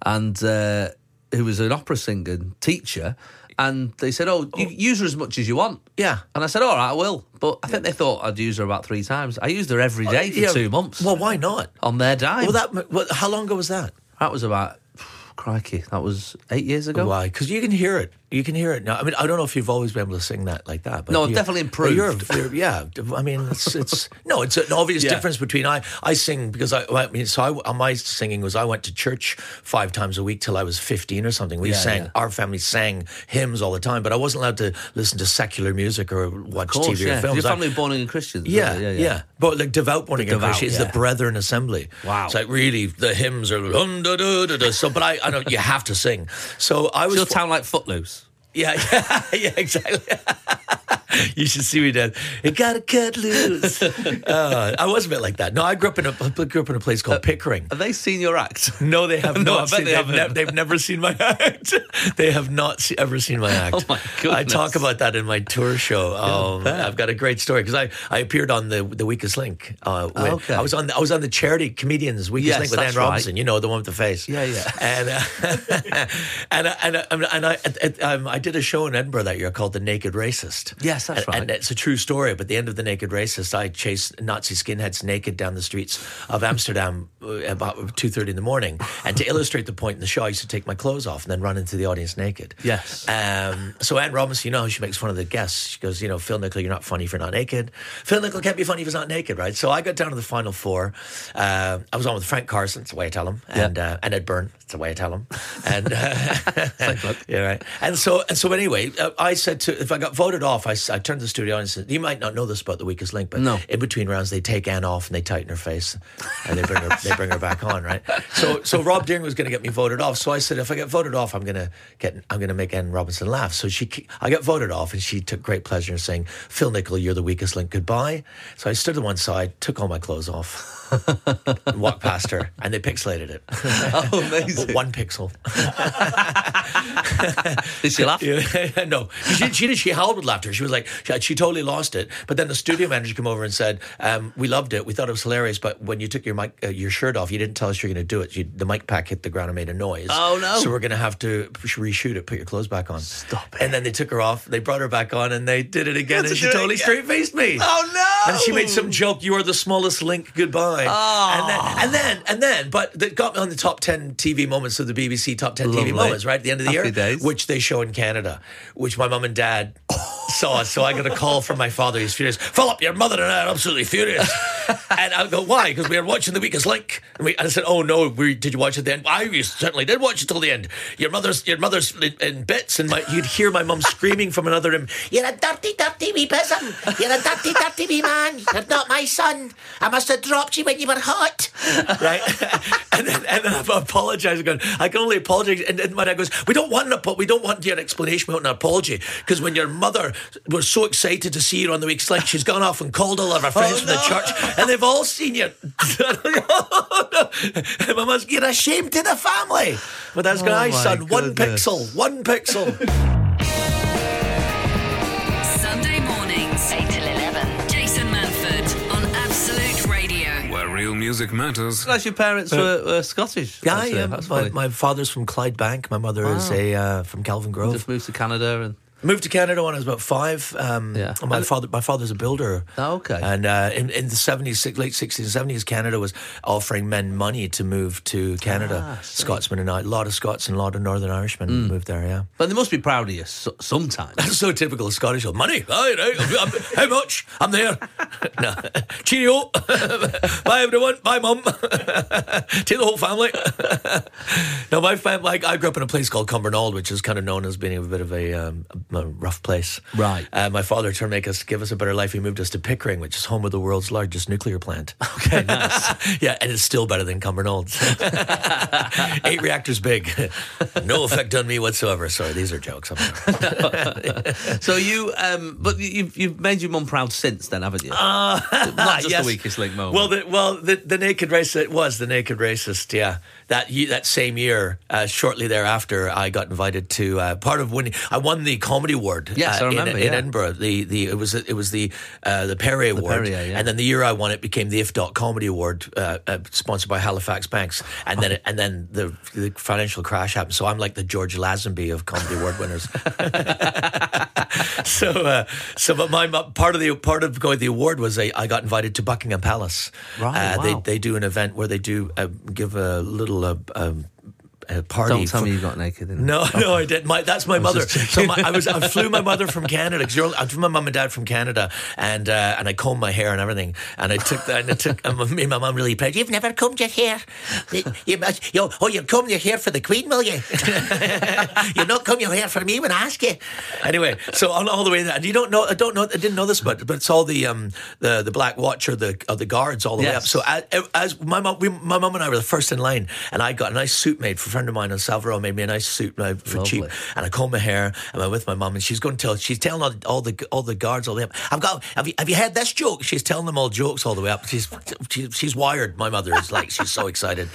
and uh, who was an opera singer and teacher, and they said, "Oh, you use her as much as you want."
Yeah.
and I said, "All right, I will." But I think they thought I'd use her about three times. I used her every day for
Oh, Yeah.
two months
Well, why not?
on their dime.
Well, that. Well, how long ago was that?
that was about crikey, that was eight years ago.
Why? Because you can hear it. You can hear it now. I mean, I don't know if you've always been able to sing that like that. But
No, I've
you-
definitely
but you're-
improved.
you're- yeah, I mean, it's,
[laughs]
it's no, it's an obvious
Yeah.
difference between I I sing because I, I mean, so I, uh, my singing was I went to church five times a week till I was fifteen or something. We
Yeah,
sang
yeah.
our family sang hymns all the time, but I wasn't allowed to listen to secular music or watch
Of course,
TV
yeah.
or
'Cause
films.
Your
I-
family were born again Christians.
yeah,
weren't
yeah,
they?
But like devout born again
devout,
Christian is
yeah.
the Brethren Assembly.
Wow.
It's like really the hymns are dun, da, da, da, da. so. But I, I don't. You have to sing. So I was.
Does your town like Footloose?
Yeah, [laughs] yeah, yeah, exactly. [laughs] you should see me, Dad. It got to cut loose. uh, I was a bit like that. No, I grew up in a I grew up in a place called Pickering.
Have they seen your [laughs] act?
[laughs] No, they have
No,
not.
I bet
seen,
they
have
haven't.
they've never seen my [laughs] act. they have not se- ever seen my act.
[laughs] Oh, my
I
goodness.
talk about that in my tour show. Um, I've got a great story because I, I appeared on the the Weakest Link. Uh, with-
Ah, Okay.
I was on the, I was on the charity comedians Weakest
Yes,
Link with
that's
Anne
right.
Robinson. You know the one with the face.
Yeah, yeah.
And uh, [laughs] and I- and I- and I- and I and, um, I did a show in Edinburgh that year called The Naked Racist.
Yes, that's
And-
right.
and it's a true story. But at the end of the Naked Racist, I chased Nazi skinheads naked down the streets of Amsterdam uh, about two thirty in the morning. And to illustrate the point in the show, I used to take my clothes off and then run into the audience naked.
Yes.
Um, so Anne Robinson, you know, how she makes fun of the guests. She goes, you know, Phil Nickel, you're not funny if you're not naked. Phil Nickel can't be funny if he's not naked, right? So I got down to the final four. Uh, I was on with Frank Carson. It's the way I tell him, and uh, and Ed Byrne. It's the way I tell him, and. Uh, [laughs] yeah, right. And so, and so anyway, uh, I said to, if I got voted off, I, s- I turned to the studio and said, you might not know this about the weakest link, but
No.
in between rounds, they take Anne off and they tighten her face and they bring her, they bring her back on, right? So, so Rob Deering was going to get me voted off. So I said, if I get voted off, I'm going to get, I'm going to make Anne Robinson laugh. So she, ke- I got voted off and she took great pleasure in saying, Phil Nickel, you're the weakest link. Goodbye. So I stood to one side, took all my clothes off, [laughs] and walked past her and they pixelated it.
Oh, amazing.
But one pixel.
Did she laugh?
Yeah, [laughs] no, she, she did. She howled with laughter. She was like, she, she totally lost it. But then the studio manager came over and said, um, "We loved it. We thought it was hilarious. But when you took your mic, uh, your shirt off, you didn't tell us you were going to do it. You, the mic pack hit the ground and made a noise.
Oh, no.
So we're going to have to reshoot it. Put your clothes back on. Stop it. And then they took her off. They brought her back on, and they did it again.
Let's
And she
do it
totally
again.
straight faced me.
Oh, no.
And she made some joke. You are the smallest link. Goodbye.
Oh.
And, then, and then, and then, but that got me on the top ten TV moments of the BBC top ten
Lovely.
TV moments. Right at the end of the
Happy
year,
days.
which they show in Canada, which my mum and dad saw. So I got a call from my father. He's furious. Philip, your mother and I are
[laughs]
absolutely furious. and I go, why? Because we were watching The Weakest Link. And, we, and I said, oh no, we, did you watch it then? I you certainly did watch it till the end. Your mother's your mother's in, in bits, and my, you'd hear my mum screaming from another room. You're a dirty, dirty wee bosom. You're a dirty, dirty wee man. You're not my son. I must have dropped you when you were hot. Right? [laughs] and then and then I'm apologizing. Going, I can only apologize. And then my dad goes, we don't want an apo- we don't want your explanation. We want an apology because when your mother was so excited to see you on the week's link, she's gone off and called all of her
Oh,
friends from the church, and they've all seen you. [laughs] and my mum's, you're a shame to the family. But that's going,
Oh
I
my
son, one
goodness.
pixel, one pixel.
Sunday mornings, 8 till 11. Jason Manford on Absolute Radio.
Where Real music matters.
Unless your parents were, were Scottish.
Yeah,
actually.
yeah.
That's
My,
funny.
my father's from Clydebank. My mother is a uh, from Calvin Grove.
Just moved to Canada and
Moved to Canada when I was about five. Um,
Yeah.
and my
And-
father, my father's a builder.
Oh, okay.
And uh, in, in the seventies, late sixties, seventies, Canada was offering men money to move to Canada.
Ah,
Scotsmen and I, a lot of Scots and a lot of Northern Irishmen
Mm.
moved there. Yeah,
But they must be proud of you so- [laughs] sometimes.
so typical of Scottish. oh, Money, oh, you know, I'm- I'm- how much? I'm there. [laughs] no, cheerio. [laughs] Bye everyone. Bye mum. [laughs] Take the whole family. [laughs] no, my family. Like I grew up in a place called Cumbernauld, which is kind of known as being a bit of a, um, a rough place.
Right.
Uh, my father tried to make us give us a better life. He moved us to Pickering, which is home of the world's largest nuclear plant. [laughs] Okay, nice. [laughs] yeah, and it's still better than Cumbernauld. [laughs] Eight reactors big. [laughs] no effect on me whatsoever. Sorry, these are jokes. I'm sorry.
so you, um, but you- you've you've made your mum proud since then, haven't you? Uh,
[laughs]
Not just
yes.
the weakest link moment.
Well, the, well, the, the naked racist it was the naked racist. Yeah, that ye- that same year, uh, shortly thereafter, I got invited to uh, part of winning. I won the comedy award.
Yes,
uh,
I
in-
remember,
In,
yeah.
Edinburgh, the the it was it was the uh, the Perry Award,
Perrier, yeah.
and then the year I won it became the If Dot Comedy Award, uh, uh, sponsored by Halifax Banks, and then it, and then the, the financial crash happened. So I'm like the George Lazenby of comedy award winners. [laughs] so uh, so but my my- part of the part of going to the award was I, I got invited to Buckingham Palace.
Right,
Uh, they
wow.
they do an event where they do uh, give a little uh, um, a party.
Don't tell
for-
me you got naked. In [laughs]
no, no, I didn't. My, that's my mother.
just
So my, I was I flew my mother
[laughs]
from Canada because I flew my mum and dad from Canada, and uh, and I combed my hair and everything, and I took that and I took and me and my mum really proud. You've never combed your hair. You, must- you- oh, you'll comb your hair for the Queen, will you? [laughs] you'll not comb your hair for me when I ask you. Anyway, so on all the way there, and you don't know, I don't know, I didn't know this, but but it's all the um the the Black Watch or the or the guards all the way
Yes.
up. So as, as my mom, we, my mum and I were the first in line, and I got a nice suit made for a friend of mine in Salvador made me a nice suit uh, for
Lovely.
cheap, and I comb my hair. and I'm with my mum, and she's going to tell. She's telling all, all the all the guards all the way up. I've got. Have you have you heard this joke? She's telling them all jokes all the way up. She's she, she's wired. My mother is like she's so excited,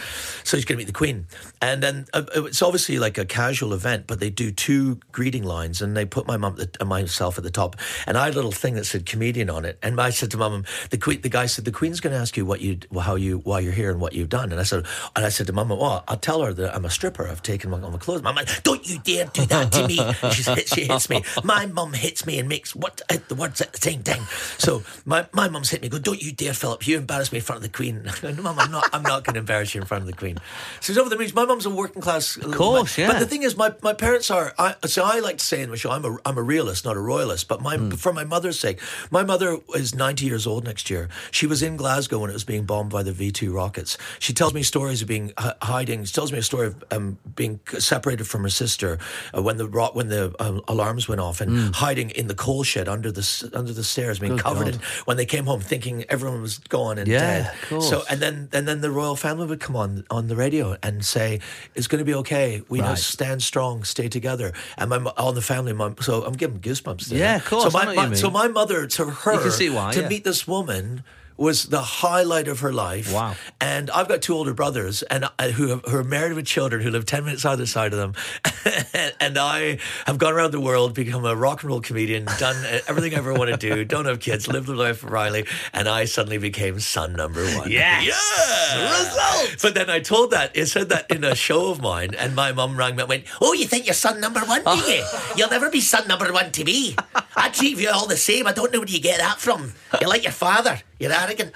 so she's going to meet the queen. And then uh, it's obviously like a casual event, but they do two greeting lines, and they put my mum and myself at the top, and I had a little thing that said comedian on it. And I said to mum, the queen, the guy said the queen's going to ask you what you how you why you're here and what you've done. And I said, and I said to mum, well, I'll tell her that I'm a stripper. I've taken my- all my clothes. Mum, like, don't you dare do that to me. And she, hits, she hits me. My mum hits me and makes what uh, the words at the same time. So my my mum's hit me. Go, don't you dare, Philip. You embarrass me in front of the queen. [laughs] Mum, I'm not. I'm not going to embarrass you in front of the queen. So it's over the moon. My mum's a working class. Of
course,
but,
yeah.
But the thing is, my, my parents are. I, so I like to say in the show, I'm a I'm a realist, not a royalist. But
Hmm.
my for my mother's sake, my mother is 90 years old next year. She was in Glasgow when it was being bombed by the V two rockets. She tells me stories of being h- hiding. She tells me a story of um, being c- separated from her sister uh, when the ro- when the um, alarms went off
Hmm.
and hiding in the coal shed under the s- under the stairs, being covered in. When they came home, thinking everyone was gone and
Yeah,
dead.
of course.
So and then and then the royal family would come on on the radio and say it's going to be okay we know
Right.
stand strong stay together and my mo- all the family mom, so i'm giving goosebumps there.
Yeah, of course,
so
I
my,
know what
my-
you mean.
so my mother to her
can see why,
to
yeah.
meet this woman was the highlight of her life.
Wow.
And I've got two older brothers, and I, who, have, who are married with children who live ten minutes either side of them. [laughs] and I have gone around the world, become a rock and roll comedian, done e, everything I ever want to do. Don't have kids, live the life of Riley, and I suddenly became son number one.
Yes!
yeah. But then I told that, I said that in a show of mine, and my mum rang me and went, Oh, you think you're son number one, do you? You'll never be son number one to me. I treat you all the same. I don't know where you get that from. You're like your father. You're arrogant.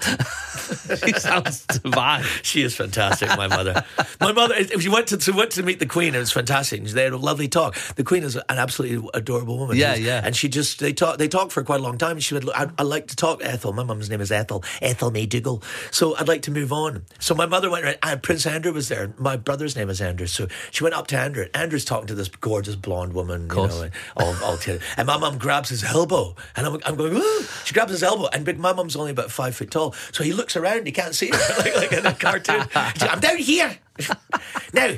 it sounds divine.
She is fantastic, my mother. My mother, if she went to, she went to meet the Queen, it was fantastic. And They had a lovely talk. The Queen is an absolutely adorable woman.
Yeah,
She's-
yeah.
And she just, they talked they talked for quite a long time. And she would, "Look, I, I like to talk, Ethel. My mum's name is Ethel, Ethel May Dougal. So I'd like to move on. So my mother went, right, and Prince Andrew was there. My brother's name is Andrew. So she went up to Andrew. Andrew's talking to this gorgeous blonde woman, you know, and all, all together. And my mum grabs his elbow. And I'm, I'm going, Ooh! she grabs his elbow. And big, my mum's only about five foot tall. So [laughs] he looks around, he can't see her, like, like in a cartoon. She- I'm down here. [laughs] now,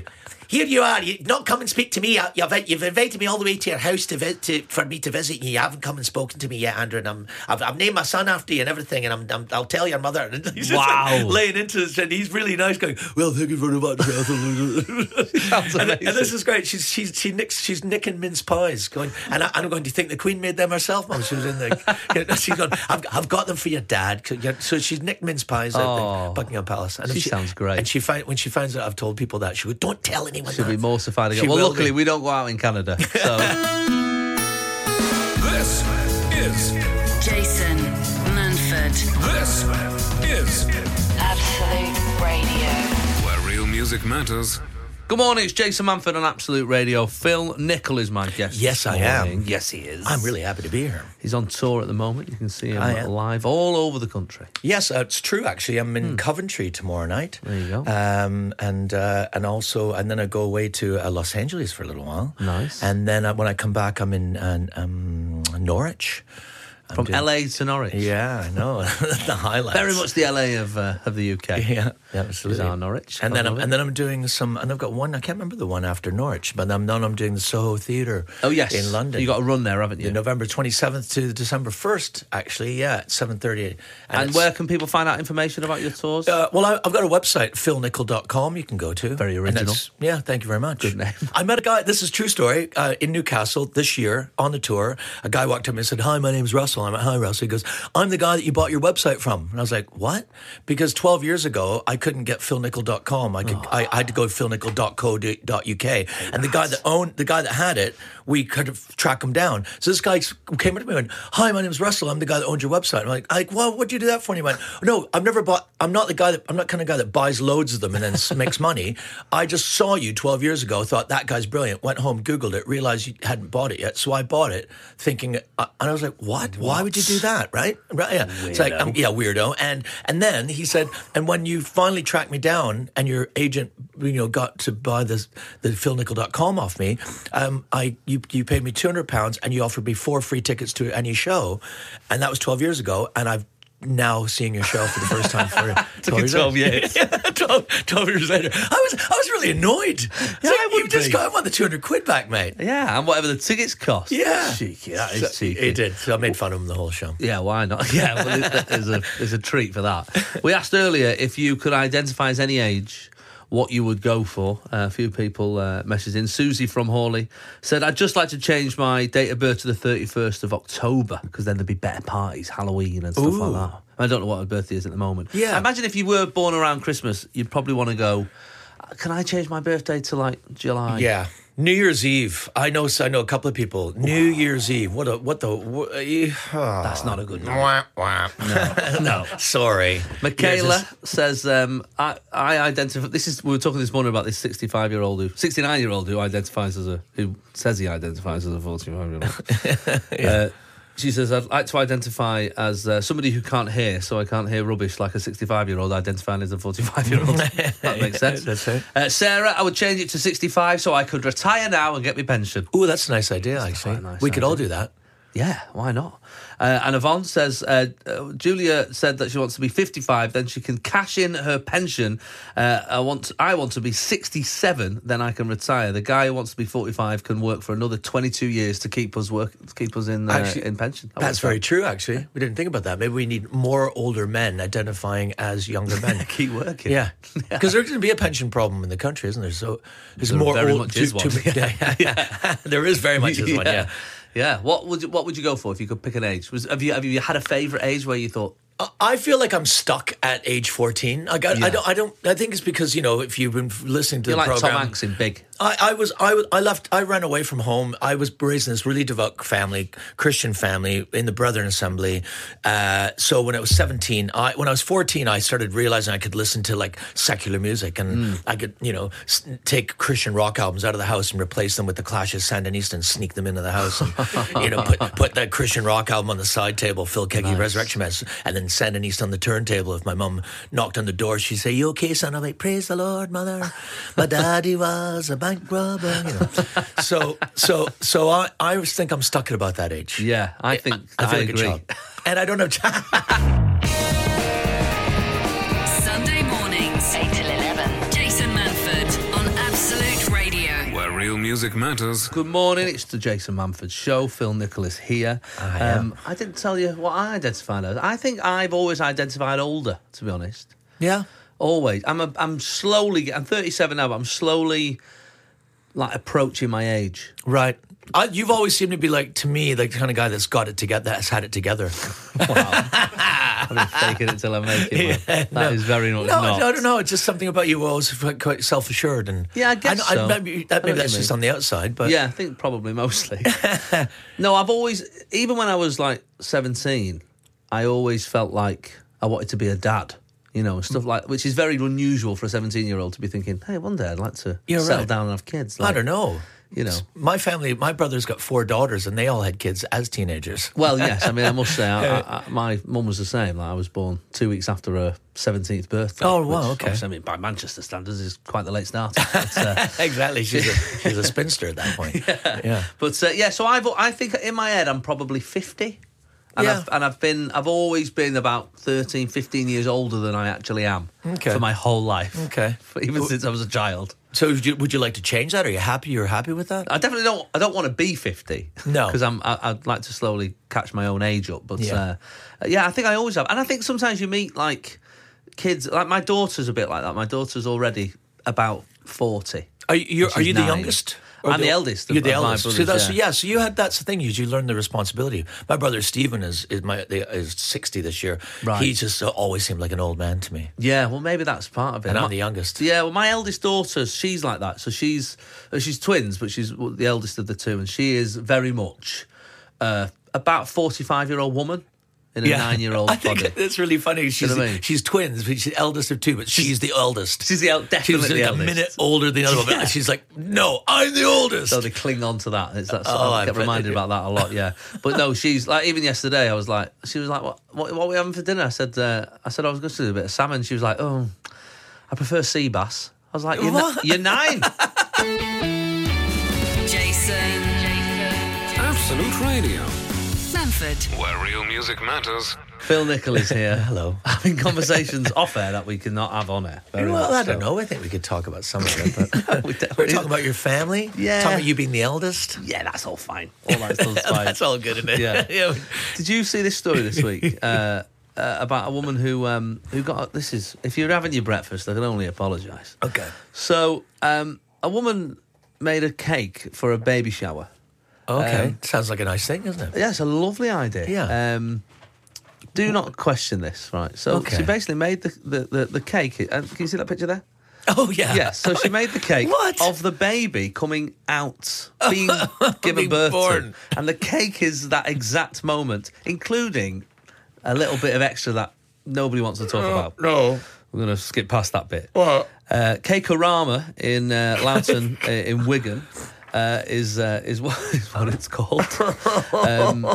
Here you are. You not come and speak to me. You- You've, you've invited me all the way to your house to, vi- to for me to visit you. You haven't come and spoken to me yet, Andrew. And I'm I've, I've named my son after you and everything. And I'm, I'm I'll tell your mother. [laughs] And he's just like
Wow.
laying into this, and he's really nice, going, "Well, thank you very [laughs] much."
Sounds
and, and this
amazing.
is great. She's she's she nicks she's nicking mince pies. Going, and I, I'm going. Do you think the Queen made them herself, Mum? She was in [laughs] the. she's gone. I've, I've got them for your dad. 'Cause you're- So she's nicked mince pies at
Oh.
the Buckingham Palace. And if
She sounds great.
And she find, when she finds out I've told people that, she would don't tell anyone.
She'll
that."
be mortified
She
again. Well,
will
luckily,
be.
we don't go out in Canada. [laughs] So,
This is
Jason Manford,
this is
Absolute Radio.
where real music matters.
good morning. It's Jason Manford on Absolute Radio. Phil Nicol is my guest.
Yes,
this
I am.
morning. Yes, he is.
I'm really happy to be here.
He's on tour at the moment. You can see him
I am.
live all over the country.
Yes, uh, it's true. Actually, I'm in Coventry tomorrow night.
Hmm. There you go.
Um, and uh, and also, and then I go away to uh, Los Angeles for a little while.
Nice.
And then uh, when I come back, I'm in uh, um, Norwich. I'm
From
doing-
LA to Norwich.
Yeah, I know [laughs] the highlights.
Very much the LA of uh, of the UK.
[laughs] Yeah, absolutely.
Is our Norwich.
And then
I
I'm,
love
and
it.
then I'm doing some, and I've got one. I can't remember the one after Norwich, but I'm, then I'm doing the Soho Theatre.
Oh yes,
in London.
You got a run there, haven't you?
The November 27th to December 1st, actually, yeah, at 7.30.
and
it's-
where can people find out information about your tours?
Uh, well, I, I've got a website, philnickel.com, you can go to.
Very
And
original.
it's- Yeah, thank you very much.
Good name.
I met a guy, this is true story, uh, in Newcastle this year on the tour. A guy walked up to me and said, Hi, my name's Russell. I'm like, Hi, Russell. He goes, I'm the guy that you bought your website from. And I was like, What? Because 12 years ago, I couldn't get philnickel.com. I, could, I, I had to go to philnickel.co.uk. And the guy that owned, the guy that had it, we could have track him down. So this guy s- came up to me and went, Hi, my name's Russell. I'm the guy that owns your website. I'm like, like well, what do you do that for? And he went, No, I've never bought, I'm not the guy that, I'm not kind of guy that buys loads of them and then s- makes money. I just saw you 12 years ago, thought that guy's brilliant, went home, Googled it, realized you hadn't bought it yet. So I bought it thinking, uh, and I was like, What? Why would you do that? Right? Right. Yeah. It's like, um, yeah, weirdo. And, and then he said, And when you finally tracked me down and your agent, you know, got to buy this, the philnickel.com off me, um, I, you, you paid me 200 pounds and you offered me four free tickets to any show. And that was 12 years ago. And I've, now seeing your show for the first
[laughs]
time for 12 years.
12
later. [laughs]
years.
Yeah, 12, 12 years later. I was I was really annoyed. Yeah,
I would
you just
be.
got I want the 200 quid back, mate.
[laughs] yeah, and whatever the tickets cost.
Yeah.
cheeky. That is
So,
cheeky.
He did. So I made fun of him the whole show.
Yeah, why not? [laughs] Yeah, well, it- there's a there's a treat for that. We asked earlier if you could identify as any age what you would go for. Uh, a few people uh, messaged in. Susie from Hawley said, "I'd just like to change my date of birth to the 31st of October because then there'd be better parties, Halloween and stuff like
Ooh.
that." I don't know what her birthday is at the moment.
Yeah.
I imagine if you were born around Christmas, you'd probably want to go. Can I change my birthday to like July?
Yeah. New Year's Eve. I know I know a couple of people. New Year's Eve. What a what the what, eh, oh.
that's not a good.
[laughs]
one.
Wah, wah.
No.
Sorry.
Michaela
Yours is-
says, um, I, I identify. This is we were talking this morning about this 65 year old who 69 year old who identifies as a who says he identifies as a 45 year old. uh, she says, I'd like to identify as uh, somebody who can't hear, so I can't hear rubbish like a 65 year old identifying as a 45 year old. that makes sense.
That's it.
Uh, Sarah, I would change it to 65 so I could retire now and get my pension.
Ooh, that's a nice idea, actually.
quite a nice
we could all
idea.
do that.
Yeah, why not? Uh, and Yvonne says uh, uh, Julia said that she wants to be 55, then she can cash in her pension. Uh, I want I want to be 67, then I can retire. The guy who wants to be 45 can work for another 22 years to keep us work to keep us in uh,
Actually,
in pension. I
That's
want
very true, actually. We didn't think about that. Maybe we need more older men identifying as younger men.
to [laughs] keep working.
Yeah, because there's going to be a pension problem in the country, isn't there? So there's
There
more
very
old.
much
too-
is one.
too- yeah, [laughs]
[laughs]
yeah, yeah. there is very much is one. Yeah.
Yeah. What would you, what would you go for if you could pick an age? Was have you have you had a favorite age where you thought
I- I feel like I'm stuck at age 14. Like, I, I don't. I don't. I think it's because you know if you've been f- listening to
you're
the
like
program,
Tom Hanks in Big?
I, I was I was I left I ran away from home. I was raised in this really devout family, Christian family in the Brethren Assembly. Uh, so when I was seventeen, I when I was fourteen, I started realizing I could listen to like secular music and I could you know s- take Christian rock albums out of the house and replace them with the Clash's Sandinista and sneak them into the house and you know put put that Christian rock album on the side table, Phil Keggy Resurrection Mass, and then Sandinista on the turntable. If my mum knocked on the door, she'd say, "You okay, son?" I'm like, "Praise the Lord, mother." My daddy was a bank robber. You know. so so so I I always think I'm stuck at about that age.
Yeah, I think
I feel like
agree.
a child, and I [laughs] don't have time.
Sunday mornings, 8 till 11. Jason Manford on Absolute Radio.
music matters.
Good morning. It's the Jason Manford Show. Phil Nicholas here. I,
am.
I didn't tell you what I identified as. I think I've always identified older, to be honest.
Yeah.
Always. I'm a, I'm slowly. get- I'm 37 now, but I'm slowly like approaching my age.
Right. I, you've always seemed to be like to me like the kind of guy that's got it together, that's had it together.
I've been faking it till I make it. man. That is very
No,
not.
I
not.
don't know. It's just something about you. Always quite- quite self-assured and
Yeah, I guess so.
maybe
I know
that, maybe
what
that's
you
just
mean.
on the outside, but
Yeah, I think probably
[laughs]
mostly. no, I've always, even when I was like 17, I always felt like I wanted to be a dad, you know, and
Mm.
stuff like which is very unusual for a 17 year old to be thinking, hey, one day I'd like to
Yeah,
settle
right.
down and have kids.
I
Like,
don't know.
You know.
my family, my brother's got four daughters, and they all had kids as teenagers.
[laughs] Well, yes, I mean, I must say,
[laughs]
I, I, I- my mum was the same. Like, I was born two weeks after her 17th birthday.
Oh, wow,
which,
okay.
obviously, I mean, by Manchester standards, is quite the late start. But,
[laughs]
uh,
exactly.
[laughs]
She's a, she's a spinster at that point. Yeah.
But uh, yeah, so I've I think in my head I'm probably 50. And,
Yeah.
I've, and I've been I've always been about 13, 15 years older than I actually am
Okay.
for my whole life. [laughs]
Okay.
Even since I was a child.
So would you, would you like to change that? Are you happy? You're happy with that?
I definitely don't I don't want to be 50. [laughs]
No.
Because I'm I, I'd like to slowly catch my own age up, but
Yeah.
yeah. uh yeah, I think I always have. And I think sometimes you meet like kids like my daughter's a bit like that. My daughter's already about 40.
Are you you're,
She's
are you the
nine.
youngest? Or
I'm the eldest of-
You're the
of my
eldest. so
brothers,
that's,
yeah.
yeah. So you had that's the thing. You, you learn the responsibility. My brother Stephen is is my is sixty this year.
Right.
He just uh, always seemed like an old man to me.
Yeah, well, maybe that's part of it.
And I'm
My-
the youngest.
Yeah, well, my eldest daughter, she's like that. So she's uh, she's twins, but she's w- the eldest of the two, and she is very much uh, about forty-five year old woman in a nine-year-old
[laughs] I
body.
think that's really funny. She's
what I mean?
she's twins, but she's the eldest of two, but she's, the eldest.
She's the el-
She's
definitely
like
the
a
eldest.
minute older than the other one.
Yeah.
but She's like, no, I'm the oldest.
So they cling on to that. It's that
Oh,
I
I
get
bet
reminded
they do.
about that a lot. Yeah, but no, she's like even yesterday. I was like, she was like, what what, what are we having for dinner? I said, uh, I said I was going to do a bit of salmon. She was like, oh, I prefer sea bass. I was like, you're, ni-
What?
you're nine.
Jason. Jason.
Absolute Radio,
Manford.
where real music matters.
Phil Nichol is here.
Hello.
[laughs] Having conversations off air that we cannot have on air. Very
well, I
much
don't
so.
know. I think we could talk about some of it.
[laughs]
But [laughs]
We don't-
we're talking about your family.
Yeah.
Talking about you being the eldest.
Yeah, that's all fine. [laughs] All that stuff's fine.
[laughs] That's all good, isn't it?
Yeah.
yeah.
Did you see this story this
[laughs]
week uh, uh, about a woman who um, who got this is if you're having your breakfast, I can only apologise.
Okay.
So um, a woman made a cake for a baby shower.
Okay.
Um,
Sounds like a nice thing, doesn't it?
Yeah, it's a lovely idea.
Yeah.
Um, do not question this, right? So
Okay.
she basically made the, the, the, the cake. And can you see that picture there?
Oh yeah.
Yeah, so she made the cake
What?
of the baby coming
[laughs]
out, being given
Being
birth
born.
to. And the cake is that exact moment, including a little bit of extra that nobody wants to talk about.
No.
We're going to skip past that bit.
What?
Uh, Cakeorama in uh, Loughton uh, in Wigan uh, is uh, is what [laughs] is what it's
[laughs]
called. Um,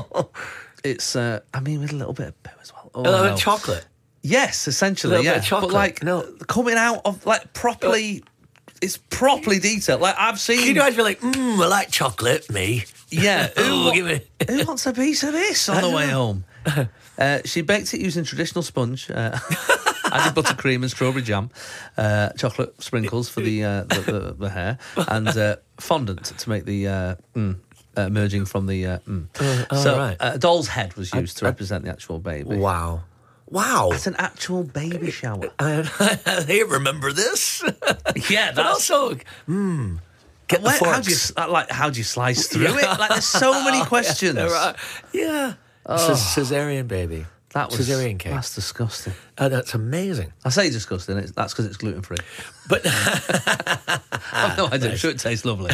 it's uh, I mean with a little bit of poo as well. Oh,
A little bit
no.
of chocolate.
Yes, essentially,
Little
yeah.
bit of chocolate.
But like
No.
coming out of like properly, it's properly detailed. Like I've seen,
You know, I'd be like, mmm, I like chocolate, me. [laughs]
yeah. Who,
Ooh,
wa-
Oh, give me.
who wants a piece of this on the way
[laughs]
home? Uh, she baked it using traditional sponge. Uh, [laughs] Added buttercream and strawberry jam, uh, chocolate sprinkles for the uh, the, the, the hair, and uh, fondant to make the uh, mm, uh, emerging from the. Uh, mm.
all
so,
right.
uh, a doll's head was used to represent the actual baby.
Wow. [laughs] Wow.
It's an actual baby shower.
hey, remember this?
yeah,
But also, mmm, get the
Where- how
forks.
do you
[laughs]
s- uh, like? How do you slice through it? Like, there's so [laughs] many questions.
There are- yeah. It's a cesarean baby.
Oh. That was
cesarean cake.
That's disgusting.
Oh, that's amazing.
I say disgusting. It's, that's because it's gluten [laughs] free.
But [laughs]
I've no idea. I'm sure it tastes [laughs] lovely.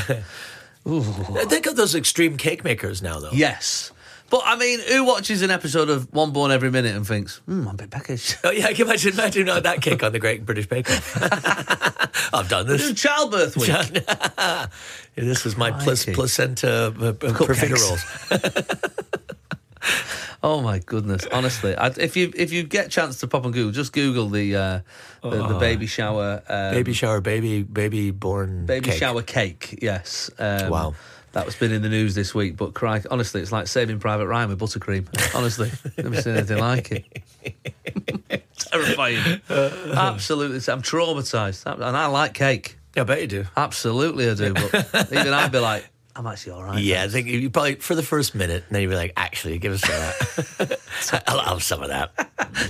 think of those extreme cake makers now, though.
yes, but I mean, who watches an episode of One Born Every Minute and thinks, "Hmm, I'm a bit peckish." [laughs]
Oh, yeah, [laughs] I can imagine, imagine uh, that cake on the Great British Bake Off. [laughs] I've done
It's
this.
childbirth week.
[laughs] This was my plas-
Crikey.
placenta uh, uh, profiteroles.
Oh my goodness! Honestly, I, if you if you get a chance to pop and Google, just Google the uh, the, the baby shower um,
Baby shower, baby, baby born.
baby
cake.
shower cake. Yes. Um,
Wow.
That's been in the news this week, but cry, honestly, it's like Saving Private Ryan with buttercream. Honestly, [laughs] never seen anything like it.
[laughs]
Terrifying. Absolutely. I'm traumatized. And I like cake.
Yeah, I bet you do.
Oh Absolutely, I do.
[laughs]
But even I'd be like, I'm actually all right.
Yeah, I think you probably for the first minute, and then you'd be like, "Actually, give us some of
[laughs]
that. [laughs] I'll have some of that."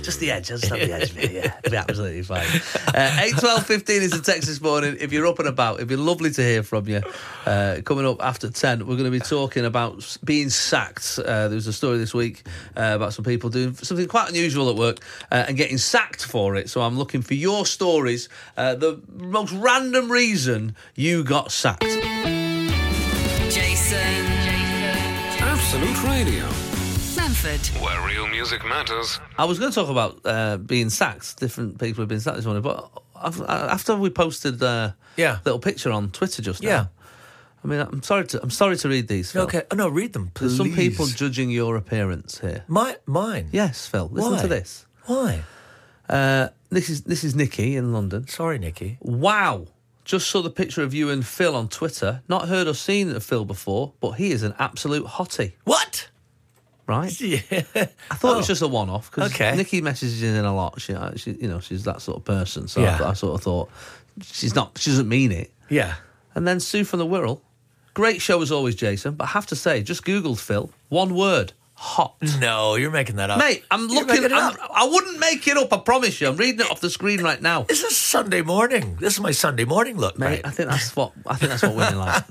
Just the edge. Just have the edge, mate. [laughs] Yeah, it'll be absolutely fine. Uh, 8, 12, 15 is the text this morning. If you're up and about, it'd be lovely to hear from you. Uh, coming up after 10, we're going to be talking about s- being sacked. Uh, there was a story this week uh, about some people doing something quite unusual at work uh, and getting sacked for it. So I'm looking for your stories. Uh, the most random reason you got sacked.
Jason.
Absolute Radio,
Manford.
where real music matters.
I was going to talk about uh, being sacked. Different people have been sacked this morning, but af- after we posted uh,
Yeah.
little picture on Twitter just now,
Yeah.
I mean, I'm sorry to I'm sorry to read these. Phil.
Okay. Oh, no, read them,
There's
please.
some people judging your appearance here.
My, mine.
Yes, Phil. Listen
Why?
to this.
Why?
Uh, this is this is Nikki in London.
Sorry, Nikki.
Wow. Just saw the picture of you and Phil on Twitter. Not heard or seen of Phil before, but he is an absolute hottie,
What?
right? [laughs]
Yeah.
I thought it was just a one-off because
Oh. Okay.
Nikki messages in a lot. She, uh, she, you know, she's that sort of person. So
Yeah.
I, I sort of thought she's not. She doesn't mean it.
Yeah.
And then Sue from the Wirral. Great show as always, Jason. But I have to say, just googled Phil. One word: hot.
No, you're making that up,
Mate, I'm
You're
looking.
making it
I'm,
up.
I wouldn't make it up. I promise you. I'm reading it off the screen right now.
This is Sunday morning. This is my Sunday morning look,
Mate,
mate.
I think that's what I think that's what women [laughs] like.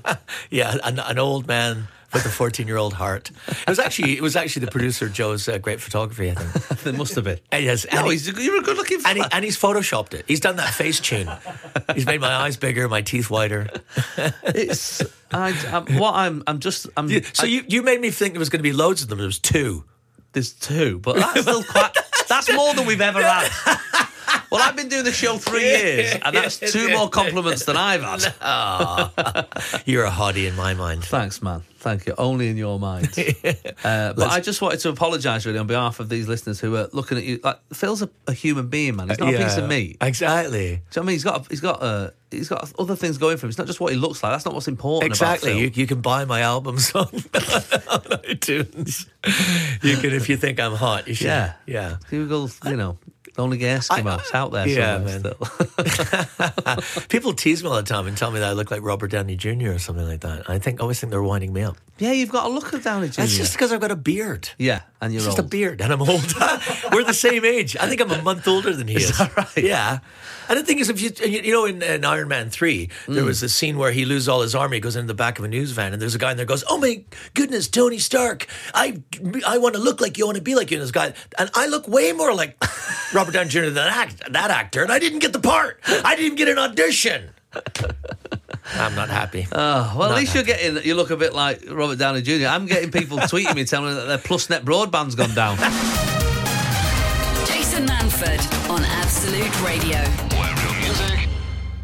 Yeah, an, an old man with a 14 year old heart. It was actually it was actually the producer Joe's uh, great photography, I think.
There must have been.
And yes, and
No,
he-
he's a, you're a good-looking.
and, he,
fella.
and he's photoshopped it. He's done that face chain. He's made my eyes bigger, my teeth wider.
It's I, I'm, what I'm. I'm just. I'm.
So you, you made me think there was going to be loads of them. There was two.
There's two, but that's still quite. That's more than we've ever [laughs] had. Well, I've been doing the show three years, and that's two more compliments than I've had.
You're a hottie in my mind.
Thanks, man. Thank you. Only in your mind. [laughs] Uh, but I just wanted to apologise, really, on behalf of these listeners who are looking at you. Like Phil's a, a human being, man. He's not a piece of meat.
Exactly.
Do you know what I mean? He's got. A, he's got. Uh, he's got other things going for him. It's not just what he looks like. That's not what's important.
Exactly.
About
You,
Phil.
you can buy my albums [laughs] on, on iTunes. You can if you think I'm hot. You should.
Yeah.
Yeah.
Google. You know. Only gay Eskimos out there.
Yeah,
somewhere
man.
Still. [laughs]
People tease me all the time and tell me that I look like Robert Downey Jr. or something like that. I think I always think they're winding me up.
yeah, you've got a look at Downey Jr.
That's just because I've got a beard.
yeah, and you're
It's just a
old.
beard, and I'm old. [laughs] We're the same age. I think I'm a month older than he is.
that right?
Yeah. And the thing is, if you you you know, in, in Iron Man three, there was this scene where he loses all his army, goes into the back of a news van, and there's a guy in there goes, "Oh my goodness, Tony Stark! I I want to look like you, I want to be like you." And this guy, and I look way more [laughs] like Robert Downey Jr. than that, act, that actor, and I didn't get the part. I didn't even get an audition. [laughs] I'm not happy.
Well, at
Not
least you're getting, you look a bit like Robert Downey Jr. I'm getting
[laughs]
people tweeting me telling me that their plus net broadband's gone down.
Jason Manford on Absolute Radio.
Where real music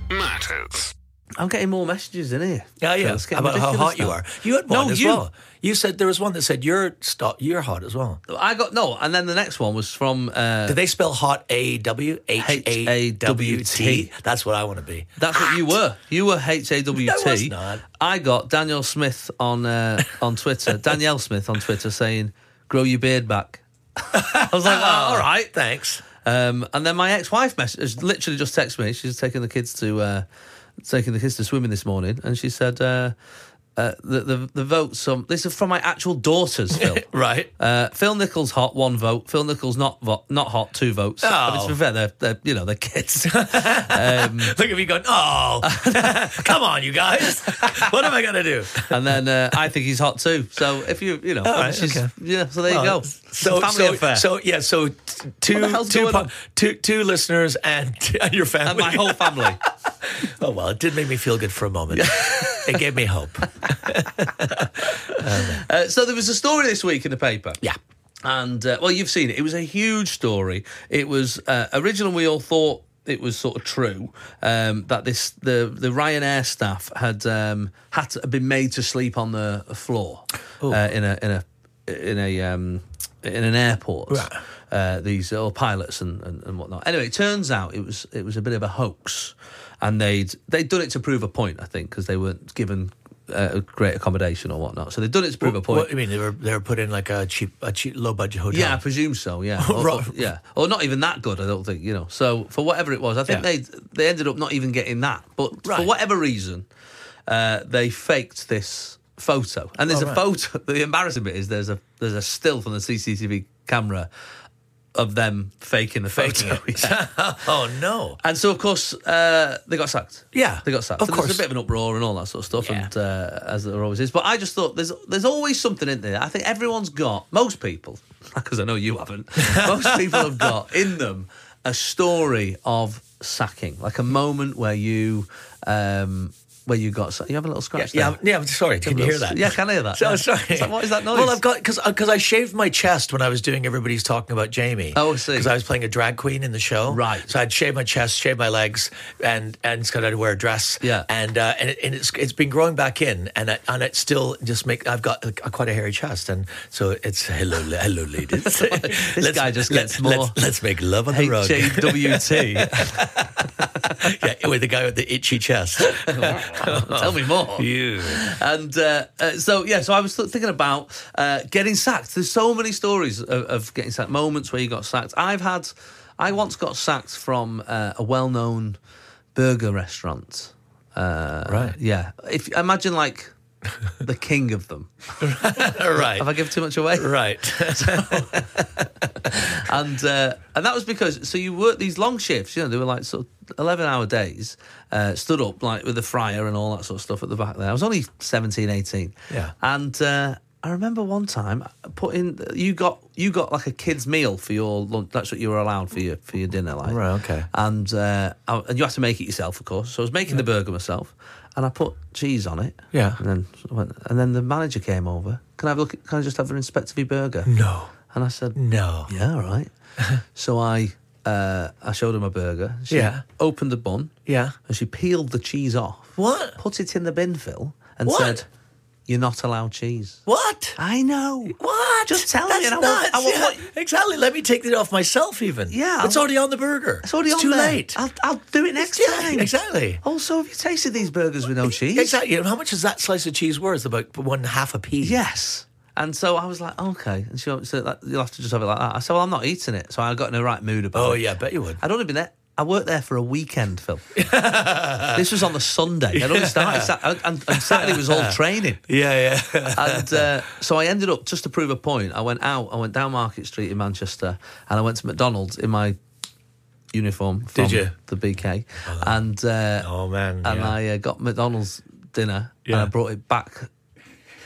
matters.
I'm getting more messages in here. So
Yeah, yeah.
it's getting
About how
ridiculous
hot you
now.
are. You had
No,
one as
you.
well. You said there was one that said you're sto- you're hot as well.
I got, no, and then the next one was from, uh,
Did they spell hot A W H A W
H-A-W-T.
T? That's what I want to be.
that's what you were. You were H A W
No, I was
T.
not.
I got Daniel Smith on, uh, on
[laughs]
Twitter, Danielle Smith on Twitter saying, grow your beard back. I was like, "Oh,
[laughs]
all right.
Thanks.
Um, and then my ex-wife mess- has literally just texted me. She's taking the kids to uh, taking the kids to swimming this morning, and she said uh, uh, the, the the votes. On, this is from my actual daughters. Phil.
[laughs] Right.
Uh, Phil Nichols hot one vote. Phil Nichols not vo- not hot two votes. But it's
Oh.
to be fair, they're, they're you know they're kids.
Look at me going. Oh, [laughs] come on, you guys. [laughs] what am I gonna do?
and then uh, I think he's hot too. So if you you know,
right,
she's-
okay.
yeah. So there you
Well,
go.
Um, So,
family
so,
affair.
so yeah. So t-
the
two
hell's
two,
going
po-
on?
two two listeners and, [laughs] and your family.
and my whole family.
[laughs] oh well, it did make me feel good for a moment. it gave
[laughs]
me hope.
Uh, so there was a story this week in the paper.
Yeah.
And, uh, well, you've seen it. It was a huge story. It was, uh, originally, we all thought it was sort of true um, that this the, the Ryanair staff had um, had to, been made to sleep on the floor uh, in a, in a, in a, um, in an airport.
Right.
Uh, these or pilots and, and, and whatnot. Anyway, it turns out it was it was a bit of a hoax, and they'd they'd done it to prove a point, I think, because they weren't given uh, great accommodation or whatnot. So they've done it to prove a point.
What, I mean, they were they were put in like a cheap, a cheap, low budget hotel.
Yeah, I presume so.
[laughs]
Yeah, or, or-
Right.
yeah, or not even that good. I don't think you know. So for whatever it was, I think
Yeah.
they they ended up not even getting that. But for
Right.
whatever reason, uh, they faked this photo. And there's
Oh,
a
right.
photo. [laughs] The embarrassing bit is there's a there's a still from the CCTV camera of them faking the
Faking
photo. [laughs]
it.
Yeah.
oh no.
And so, of course, uh, they got sacked.
Yeah,
they got sacked.
of
And there's
course.
a bit of an uproar and all that sort of stuff,
Yeah.
and uh, as there always is. But I just thought there's there's always something in there. I think everyone's got most people, [laughs] because I know you
[laughs]
haven't. Most people have got in them a story of sacking, like a moment where you um, where you got sa- you have a little scratch.
Yeah,
there.
yeah. I'm sorry, can you hear that?
Yeah, can I hear that?
[laughs] So
Yeah.
sorry.
It's like, what is that noise?
Well, I've got because because I shaved my chest when I was doing everybody's talking about Jamie.
Oh, I see.
Because I was playing a drag queen in the show,
Right.
So I'd shave my chest, shave my legs, and and it's got to wear a dress.
Yeah.
and uh, and, it, and it's it's been growing back in, and I, and it still just make I've got like, quite a hairy chest, and so it's hello la- hello [laughs] ladies.
This
Let's-
guy just
let's-
gets more
Let's, let's make love on the rug. [laughs]
HJWT.
yeah, with the guy with the itchy chest.
[laughs] Tell me more.
You.
And uh, uh, so, yeah, so I was th- thinking about uh, getting sacked. There's so many stories of, of getting sacked, moments where you got sacked. I've had, I once got sacked from uh, a well known burger restaurant. Uh,
Right.
Yeah. If Imagine like the king of them.
All right,
Have I given too much away?
right. [laughs]
and uh, and that was because so you worked these long shifts. You know, they were like sort of eleven hour days. Uh, stood up like with a fryer and all that sort of stuff at the back there. I was only 17, 18.
Yeah.
and. Uh, I remember one time putting you got you got like a kid's meal for your lunch. That's what you were allowed for your for your dinner, like
Right, okay.
And uh, I, and you had to make it yourself, of course. So I was making the burger myself, and I put cheese on it.
Yeah.
and then went- and then the manager came over. Can I have a look? at- Can I just have an inspector of your burger?
No,
And I said,
no.
yeah, all
[laughs]
right. so I uh, I showed her my burger. She
Yeah.
opened the bun.
Yeah.
And she peeled the cheese off.
What?
Put it in the bin, Phil, and
What?
said, You're not allowed cheese.
What?
I know.
What?
Uh, Just tell
That's
me. and I
nuts.
want, I want
yeah.
what-
[laughs] Exactly. Let me take it off myself. Even.
Yeah,
It's
I'll-
already on the burger.
It's already on
too
there. Oh,
late.
I'll, I'll do it next
Yeah,
time.
exactly.
Also, have you tasted these burgers with no cheese?
Exactly. And how much is that slice of cheese worth? About one half a piece.
Yes. And so I was like, okay. And she said, like, you'll have to just have it like that. I said, well, I'm not eating it. So I got in the right mood about it.
Oh yeah, I bet you would.
I'd only been there. I worked there for a weekend,
[laughs]
Phil. this was on the Sunday. I'd only started, Sat- and, and- and Saturday was
[laughs]
all training.
Yeah,
[laughs]
yeah.
And uh, so I ended up, just to prove a point, I went out, I went down Market Street in Manchester, and I went to McDonald's in my uniform from
Did you?
the BK. and uh,
oh man.
and
yeah.
I uh, got McDonald's dinner,
Yeah.
and I brought it back [laughs]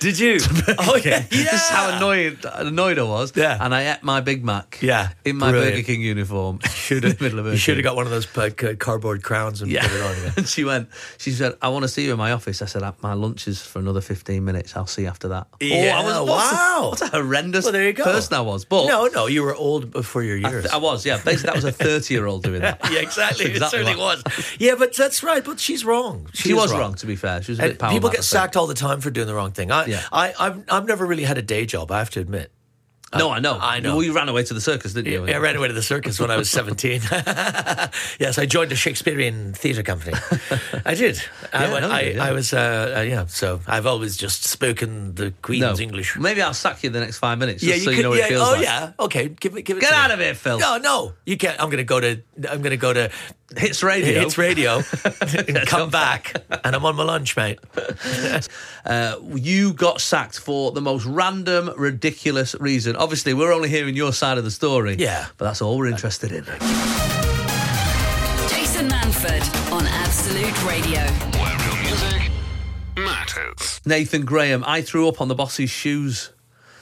Did you? [laughs] oh yeah.
this is how annoyed annoyed I was.
Yeah.
And I ate my Big Mac.
Yeah,
In my
brilliant.
Burger King
[laughs]
uniform. Should have. middle of
You
Burger
should
King.
have got one of those like, uh, cardboard crowns and
Yeah.
put it on. Yeah.
and [laughs] she went. She said, "I want to see you in my office." I said, "Uh, "My lunch is for another fifteen minutes. I'll see you after that." Oh,
Yeah,
I what a-
wow.
What a, horrendous
Well, there you go.
person I was. But
no, no, you were old before your
I, th-
years.
I was. Yeah, basically, that was a thirty-year-old doing that.
[laughs] yeah, exactly.
That's
It certainly
what-
was. Yeah, but that's right. But she's wrong.
She,
is
was wrong. To be fair, she was a
And
bit powerful.
people get sacked all the time for doing the wrong thing. I,
Yeah.
I, I've, I've never really had a day job. I have to admit.
No, I know.
I know.
Well, you ran away to the circus, didn't you?
Yeah, I ran away to the circus when I was 17. [laughs] yes, I joined a Shakespearean
[laughs]
theatre company. I did. I,
Yeah,
went-
no,
I,
yeah.
I was, uh, uh, yeah, so I've always just spoken the Queen's
No.
English.
Maybe I'll sack you in the next five minutes.
Yeah,
just so you know what
yeah,
it feels
oh
like.
yeah, okay. Give it, give it.
Get
to me.
out of here, Phil.
No, no, you can't. I'm gonna go to. I'm gonna go to
Hits radio. [laughs]
Hits Radio, and come back, and I'm on my lunch, mate.
Uh, you got sacked for the most random, ridiculous reason. Obviously, we're only hearing your side of the story.
Yeah.
But that's all we're interested in.
Jason Manford on Absolute Radio.
Where real music matters.
Nathan Graham, I threw up on the boss's shoes,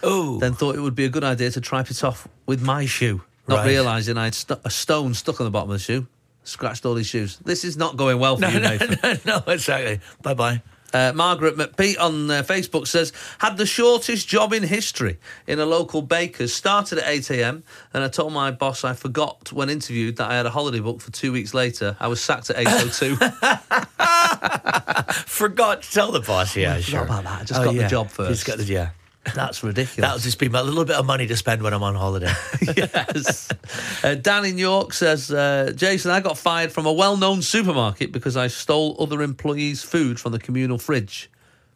Oh,
then thought it would be a good idea to try it off with my shoe, not
Right.
realising I had st- a stone stuck on the bottom of the shoe. Scratched all his shoes. This is not going well for you, Nathan.
no, exactly. Bye bye.
Uh, Margaret McPeat on uh, Facebook says, had the shortest job in history in a local baker's. Started at 8 a.m. and I told my boss I forgot when interviewed that I had a holiday booked for two weeks later. I was sacked at [laughs] 8.02.
Forgot to tell the boss. Yeah, sure.
about that. I Oh, just got the job first.
Just got the yeah.
That's
That'll
ridiculous.
just be my little bit of money to spend when I'm on
[laughs]
holiday.
yes. Uh, Dan in York says, uh, Jason, I got fired from a well known supermarket because I stole other employees' food from the communal fridge.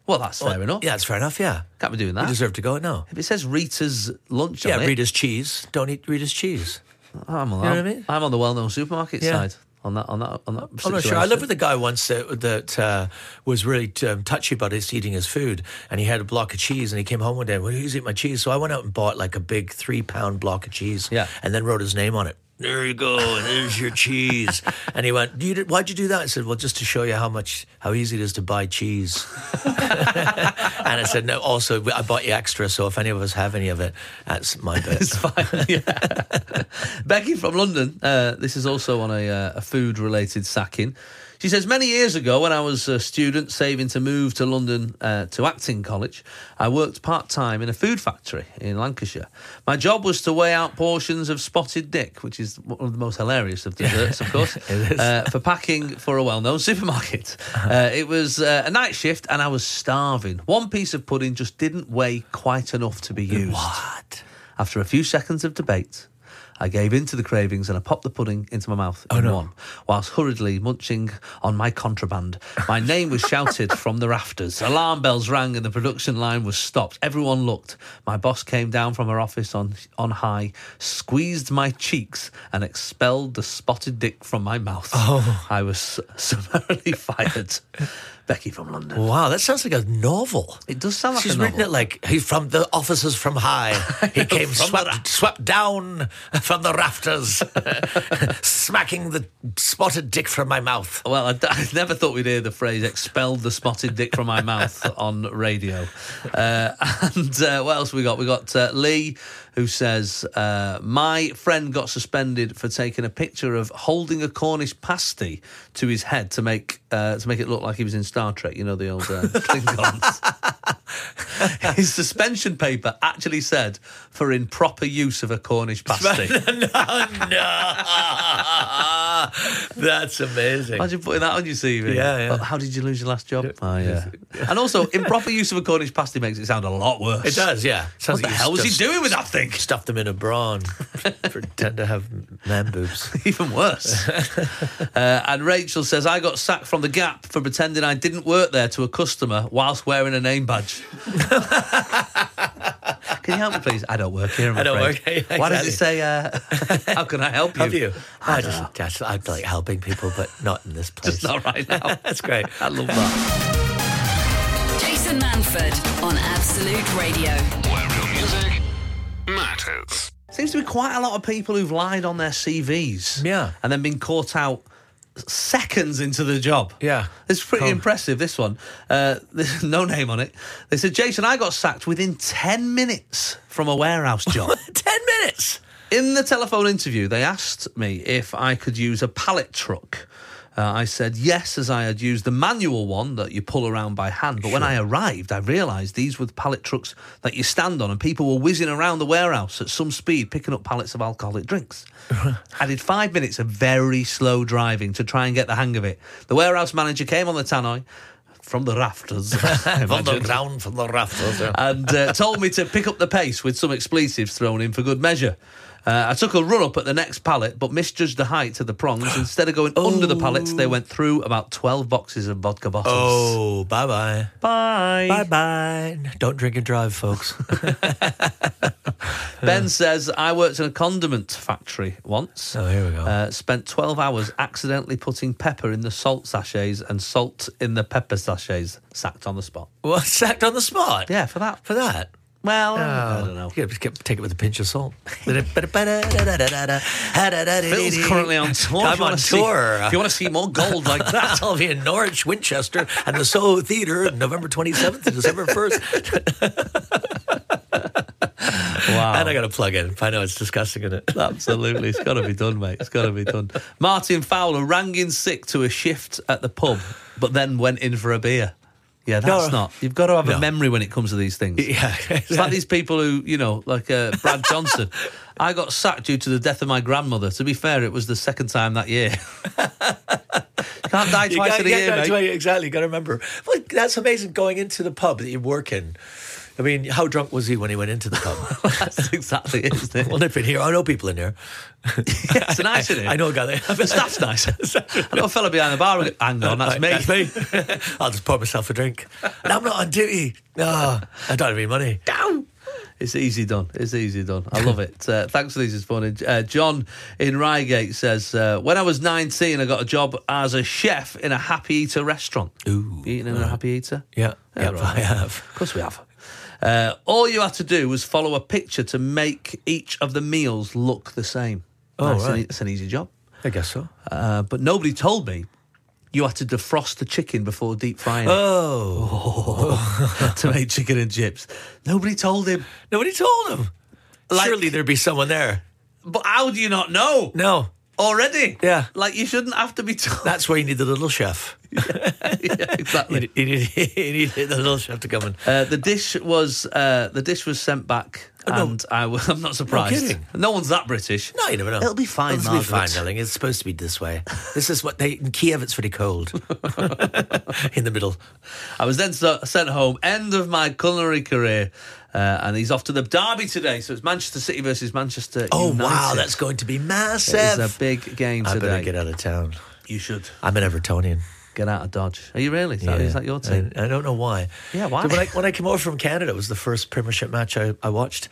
Well, that's fair enough.
Yeah, it's fair enough. Yeah,
Can't be doing
you
that.
deserve to go. No.
if it says Rita's lunch
Yeah,
on it,
Rita's cheese. Don't eat Rita's cheese.
I'm on,
know what I
I'm,
mean?
I'm on the well-known supermarket
Yeah.
side on that on that on that.
I'm not sure. I lived with a guy once that, that uh, was really um, touchy about his eating his food, and he had a block of cheese, and he came home one day, well, who's eating my cheese? So I went out and bought like a big three pound block of cheese,
Yeah.
and then wrote his name on it. There you go, and there's
[laughs]
your cheese. and he went, you did, "Why'd you do that?" I said, "Well, just to show you how much how easy it is to
[laughs]
buy cheese." and I said, "No, also I bought you extra, so if any of us have any of it, that's my
[laughs]
bit."
It's fine. yeah. [laughs] Becky from London. Uh, this is also on a, uh, a food related sacking. She says, Many years ago, when I was a student saving to move to London uh, to acting college, I worked part time in a food factory in Lancashire. My job was to weigh out portions of spotted dick, which is one of the most hilarious of desserts, of course, uh, for packing for a well known supermarket. Uh, it was uh, a night shift and I was starving. One piece of pudding just didn't weigh quite enough to be used.
What?
After a few seconds of debate, I gave in to the cravings and I popped the pudding into my mouth
Oh,
in one, whilst hurriedly munching on my contraband. My name was shouted [laughs] from the rafters. Alarm bells rang and the production line was stopped. Everyone looked. My boss came down from her office on, on high, squeezed my cheeks, and expelled the spotted dick from my mouth.
Oh.
I was [laughs] summarily fired. Becky from London.
Wow, that sounds like a novel.
It does sound like
She's
a
written
novel.
it like he from the officers from high.
[laughs]
He
From
came
the
swept, swept down from the rafters, [laughs] smacking the spotted dick from my mouth.
[laughs] Well, I, d- I never thought we'd hear the phrase "expelled the spotted dick from my mouth" on radio. Uh, [laughs] and uh, what else we got? We got uh, Lee, who says, uh, "My friend got suspended for taking a picture of holding a Cornish pasty to his head to make uh, to make it look like he was in Star Trek." You know the old uh, Klingons. his suspension paper actually said for improper use of a Cornish
[laughs]
pasty.
no, [laughs] that's amazing.
Imagine putting that on your CV.
Yeah, yeah.
But how did you lose your last job? Oh, yeah. and also, improper use of a Cornish pasty makes it sound a lot worse.
It does, yeah.
What the hell was he doing with that thing? [laughs]
Stuffed them in a brawn, pretend to have man
[laughs]
boobs.
Even
[laughs]
worse. uh, and Rachel says, I got sacked from the Gap for pretending I didn't work there to a customer whilst wearing a name
[laughs]
badge. Can you help me, please? I don't work here. I'm
I don't
afraid.
work here, yeah,
Why does it
exactly.
say, uh, [laughs] how can I help you?
Have you? I, just, just, I like helping people, but not in this place.
[laughs] Just not right now.
[laughs] That's great.
I love that.
Jason Manford on Absolute Radio.
Where real music matters.
Seems to be quite a lot of people who've lied on their CVs.
Yeah.
And then been caught out seconds into the job.
Yeah.
It's pretty
Come.
impressive, this one. Uh, there's [laughs] no name on it. They said, Jason, I got sacked within 10 minutes from a warehouse
[laughs]
job.
[laughs] Ten minutes.
In the telephone interview, they asked me if I could use a pallet truck. Uh, I said yes, as I had used the manual one that you pull around by hand. But when I arrived, I realised these were the pallet trucks that you stand on, and people were whizzing around the warehouse at some speed, picking up pallets of alcoholic drinks. I did five minutes of very slow driving to try and get the hang of it. The warehouse manager came on the tannoy from the rafters. [laughs] I
From the
imagine
ground, from the rafters. yeah.
and uh, told me to pick up the pace with some expletives thrown in for good measure. Uh, I took a run up at the next pallet, but misjudged the height of the prongs. Instead of going under the pallets, they went through about 12 boxes of vodka bottles.
Oh, bye bye.
Bye.
Bye bye. Don't drink and
[laughs]
drive, folks.
Ben says, I worked in a condiment factory once.
Oh, here we go.
Uh, spent 12 hours accidentally putting pepper in the salt sachets and salt in the pepper sachets. Sacked on the spot.
well, sacked on the spot.
Yeah, for that.
For that.
Well,
Oh,
I don't know.
You gotta just get- take it with a pinch of salt. [laughs]
Phil's
Phil's
currently
[laughs]
on tour. If
I'm
you wanna
on
see-
tour.
if you want to see more gold like that,
I'll be in Norwich, Winchester, and the Soho Theatre November 27th to
[laughs]
December 1st.
wow.
[laughs] And I got to plug in. I know it's disgusting, isn't
[laughs]
it?
Absolutely, it's got to be done, mate. It's got to be done. Martin Fowler rang in sick to a shift at the pub, but then went in for a beer. Yeah, that's
No.
not. You've got to have a
No.
memory when it comes to these things.
[laughs]
[laughs]
Yeah.
It's like these people who, you know, like uh, Brad
[laughs]
Johnson. I got sacked due to the death of my grandmother. To be fair, it was the second time that
[laughs]
year. Can't die
You
twice
gotta
in a
get
year,
that
mate.
twice- exactly. Got to remember. Well, that's amazing. Going into the pub that you work in, I mean, how drunk was he when he went into the
[laughs]
pub?
[laughs] That's exactly it, isn't it?
[laughs] well, they've been here. I know people in here.
it's nice, isn't it?
I know a guy. There. The staff's [laughs] nice.
I know a fella behind the bar. will go, Hang on, that's me.
That's me. [laughs] I'll just pour myself a drink. And I'm not on duty. No, I don't have any money.
down. It's easy done. It's easy done. I love it. Uh, thanks for these this morning. Uh, John in Reigate says, uh, When I was 19, I got a job as a chef in a Happy Eater restaurant. Ooh. Eating in a Happy Eater?
Yeah, yeah,
right.
I have.
Of course we have. Uh, all you had to do was follow a picture to make each of the meals look the same.
Oh,
That's an
right.
e- that's an easy job.
I guess so.
Uh, but nobody told me you had to defrost the chicken before deep frying it
Oh,
[laughs] to make chicken and chips. Nobody told him.
nobody told him.
Like-
Surely there'd be someone there.
But how do you not know?
No,
already.
Yeah.
Like you shouldn't have to be told.
that's why you need the little [laughs] chef.
yeah,
You
exactly.
need, [laughs] you need- you need the little chef to come and.
Uh, the dish was uh, the dish was sent back,
Oh, no.
and I, w- [laughs] I'm not surprised.
kidding.
No one's that British.
No, you never know.
It'll be fine,
It'll be fine,
Margaret.
darling. It's supposed to be this way. This is what they in Kiev. It's really [laughs] cold. in the middle.
I was then so- sent home. End of my culinary career, uh, and he's off to the derby today. So it's Manchester City versus Manchester.
Oh wow,
United.
that's going to be massive.
It is a big game
I better
today.
get out of town.
You should
I'm an Evertonian.
get out of Dodge. Are you really? Is, that,
Yeah.
is that your team?
I, I don't know why.
Yeah, why?
When I, when I came over from Canada, it was the first Premiership match I, I watched,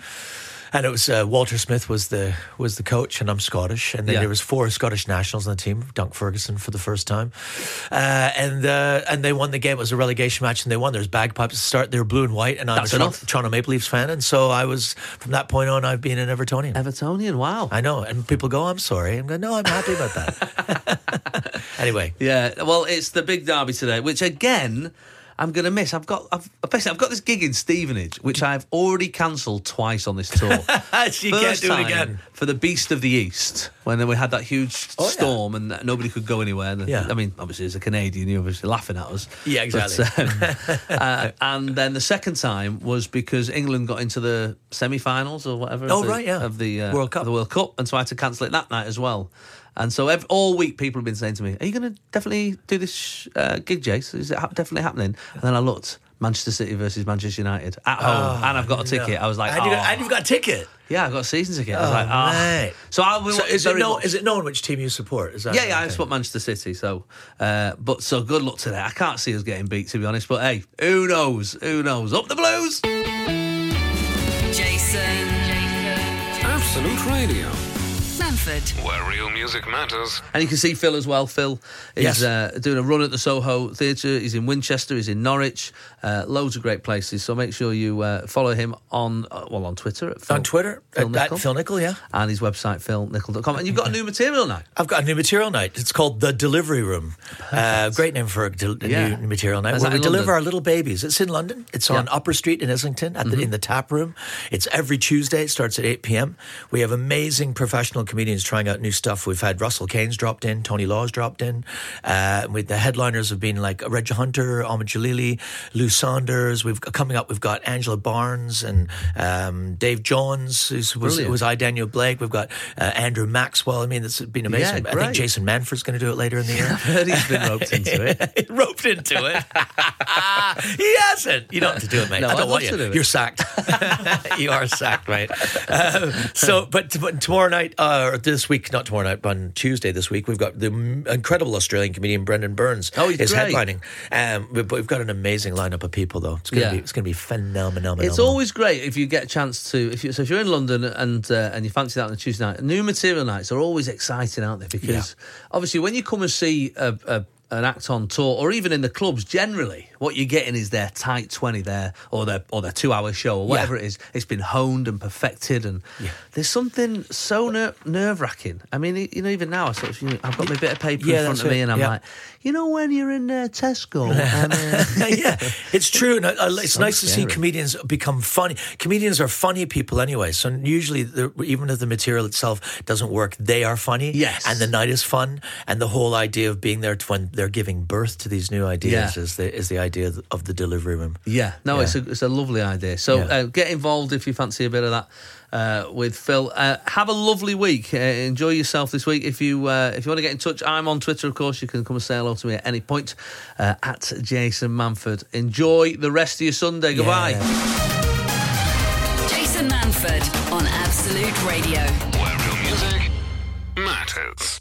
and it was uh, Walter Smith was the was the coach, and I'm Scottish, and then
Yeah.
there was four Scottish nationals on the team. Dunk Ferguson for the first time, uh, and uh, and they won the game. It was a relegation match, and they won. There's bagpipes to start. They were blue and white, and I'm
That's
a Toron-
enough.
Toronto Maple Leafs fan, and so I was from that point on, I've been an Evertonian.
Evertonian. Wow.
I know, and people go, "I'm sorry," and go, "No, I'm happy about that." [laughs] anyway,
Yeah, well, it's the big derby today, which again I'm going to miss. I've got I've, basically I've got this gig in Stevenage, which I've already cancelled twice on this
[laughs]
tour.
you can't
First
do it
time
again.
for the Beast of the East when then we had that huge
Oh, yeah.
storm and nobody could go anywhere. And
Yeah.
I mean, obviously as a Canadian, you're obviously laughing at us.
Yeah, exactly. [laughs]
um, uh, and then the second time was because England got into the semi-finals or whatever. of
Oh,
the-
right, yeah.
Of the uh,
World Cup.
of the World Cup, and so I had to cancel it that night as well. And so ev all week people have been saying to me, "Are you going to definitely do this sh- uh, gig, Jace? Is it ha- definitely happening?" And then I looked. Manchester City versus Manchester United at
Oh,
home, and I've got a ticket. I was like,
and, you,
"Oh."
and you've got a ticket.
Yeah, I got a season ticket. I was
Oh,
like, ah.
mate.
So I'll be
So is it
very
known?
much-
Is it known which team you support? Is that
yeah, yeah, I
okay.
support Manchester City. So, uh, but so good luck today. I can't see us getting beat, to be honest. But hey, who knows? Who knows? Up the Blues!
Jason. Jason.
Absolute Radio,
Manford.
where real music matters.
And you can see Phil as well. Phil is
Yes.
uh, doing a run at the Soho Theatre. He's in Winchester. He's in Norwich. Uh, loads of great places. So make sure you uh, follow him on uh, well on Twitter at Phil,
on Twitter
Phil
at,
Nichol,
at Phil Nickel. Yeah,
and his website philnickel.com. And you've got a new material now. [laughs]
I've got a new material night. It's called the Delivery Room. Uh, great name for a, del- a
Yeah.
new, new material night.
Is
Where
that
we
in
deliver
London?
our little babies. It's in London. It's on
Yeah. Mm-hmm.
Upper Street in Islington at the, in the tap room. It's every Tuesday. It starts at eight p.m. We have amazing professional comedians trying out new stuff. We've had Russell Kane's dropped in, Tony Law's dropped in. Uh, with the headliners have been like Reg Hunter, Ahmed Jalili, Lou Saunders. We've uh, coming up. We've got Angela Barnes and um, Dave Johns, who's, was,
Brilliant.
was I Daniel Blake. We've got uh, Andrew Maxwell. I mean, it's been amazing. I
great.
think Jason Manford's going to do it later in the year.
Heard he's been roped into [laughs] it.
Roped into it. [laughs] he hasn't. You don't have to do it, mate.
No,
I
I'd
don't
love
want you.
to do it.
You're sacked. [laughs] you are sacked, mate. Um, so, but, t- but tomorrow night, uh, or this week, not tomorrow night, but on Tuesday this week, we've got the m- incredible Australian comedian Brendan Burns.
Oh, he's
is
great.
headlining. Um, we- but we've got an amazing lineup of people, though. It's gonna
Yeah.
be it's gonna be phenomenal.
It's always great if you get a chance to. If you, so, if you're in London and uh, and you fancy that on a Tuesday night, new material nights are always exciting, aren't they? Because obviously, when you come and see a, a an act on tour or even in the clubs, generally, what you're getting is their tight twenty there or their or their two hour show or whatever it is. It's been honed and perfected, and there's something so ner- nerve wracking. I mean, you know, even now, I sort of, you know, I've got my bit of paper
Yeah,
in front
that's
of me,
it.
and I'm
Yeah.
like, you know, when you're in uh, Tesco, and, uh, [laughs]
[laughs] yeah, it's true. And I, I, it's
So
nice to see
scary.
comedians become funny. Comedians are funny people anyway. So usually, they're- even if the material itself doesn't work, they are funny.
Yes.
And the night is fun. And the whole idea of being there t- when they're giving birth to these new ideas
Yeah.
is, the, is the idea of the delivery room.
Yeah, no,
Yeah.
it's a it's a lovely idea. So
Yeah.
uh, get involved if you fancy a bit of that uh, with Phil. Uh, have a lovely week. Uh, enjoy yourself this week. If you uh, if you want to get in touch, I'm on Twitter, of course. You can come and say hello to me at any point uh, at Jason Manford. Enjoy the rest of your Sunday. Goodbye.
Yeah.
Manford on Absolute Radio.
Where real music matters.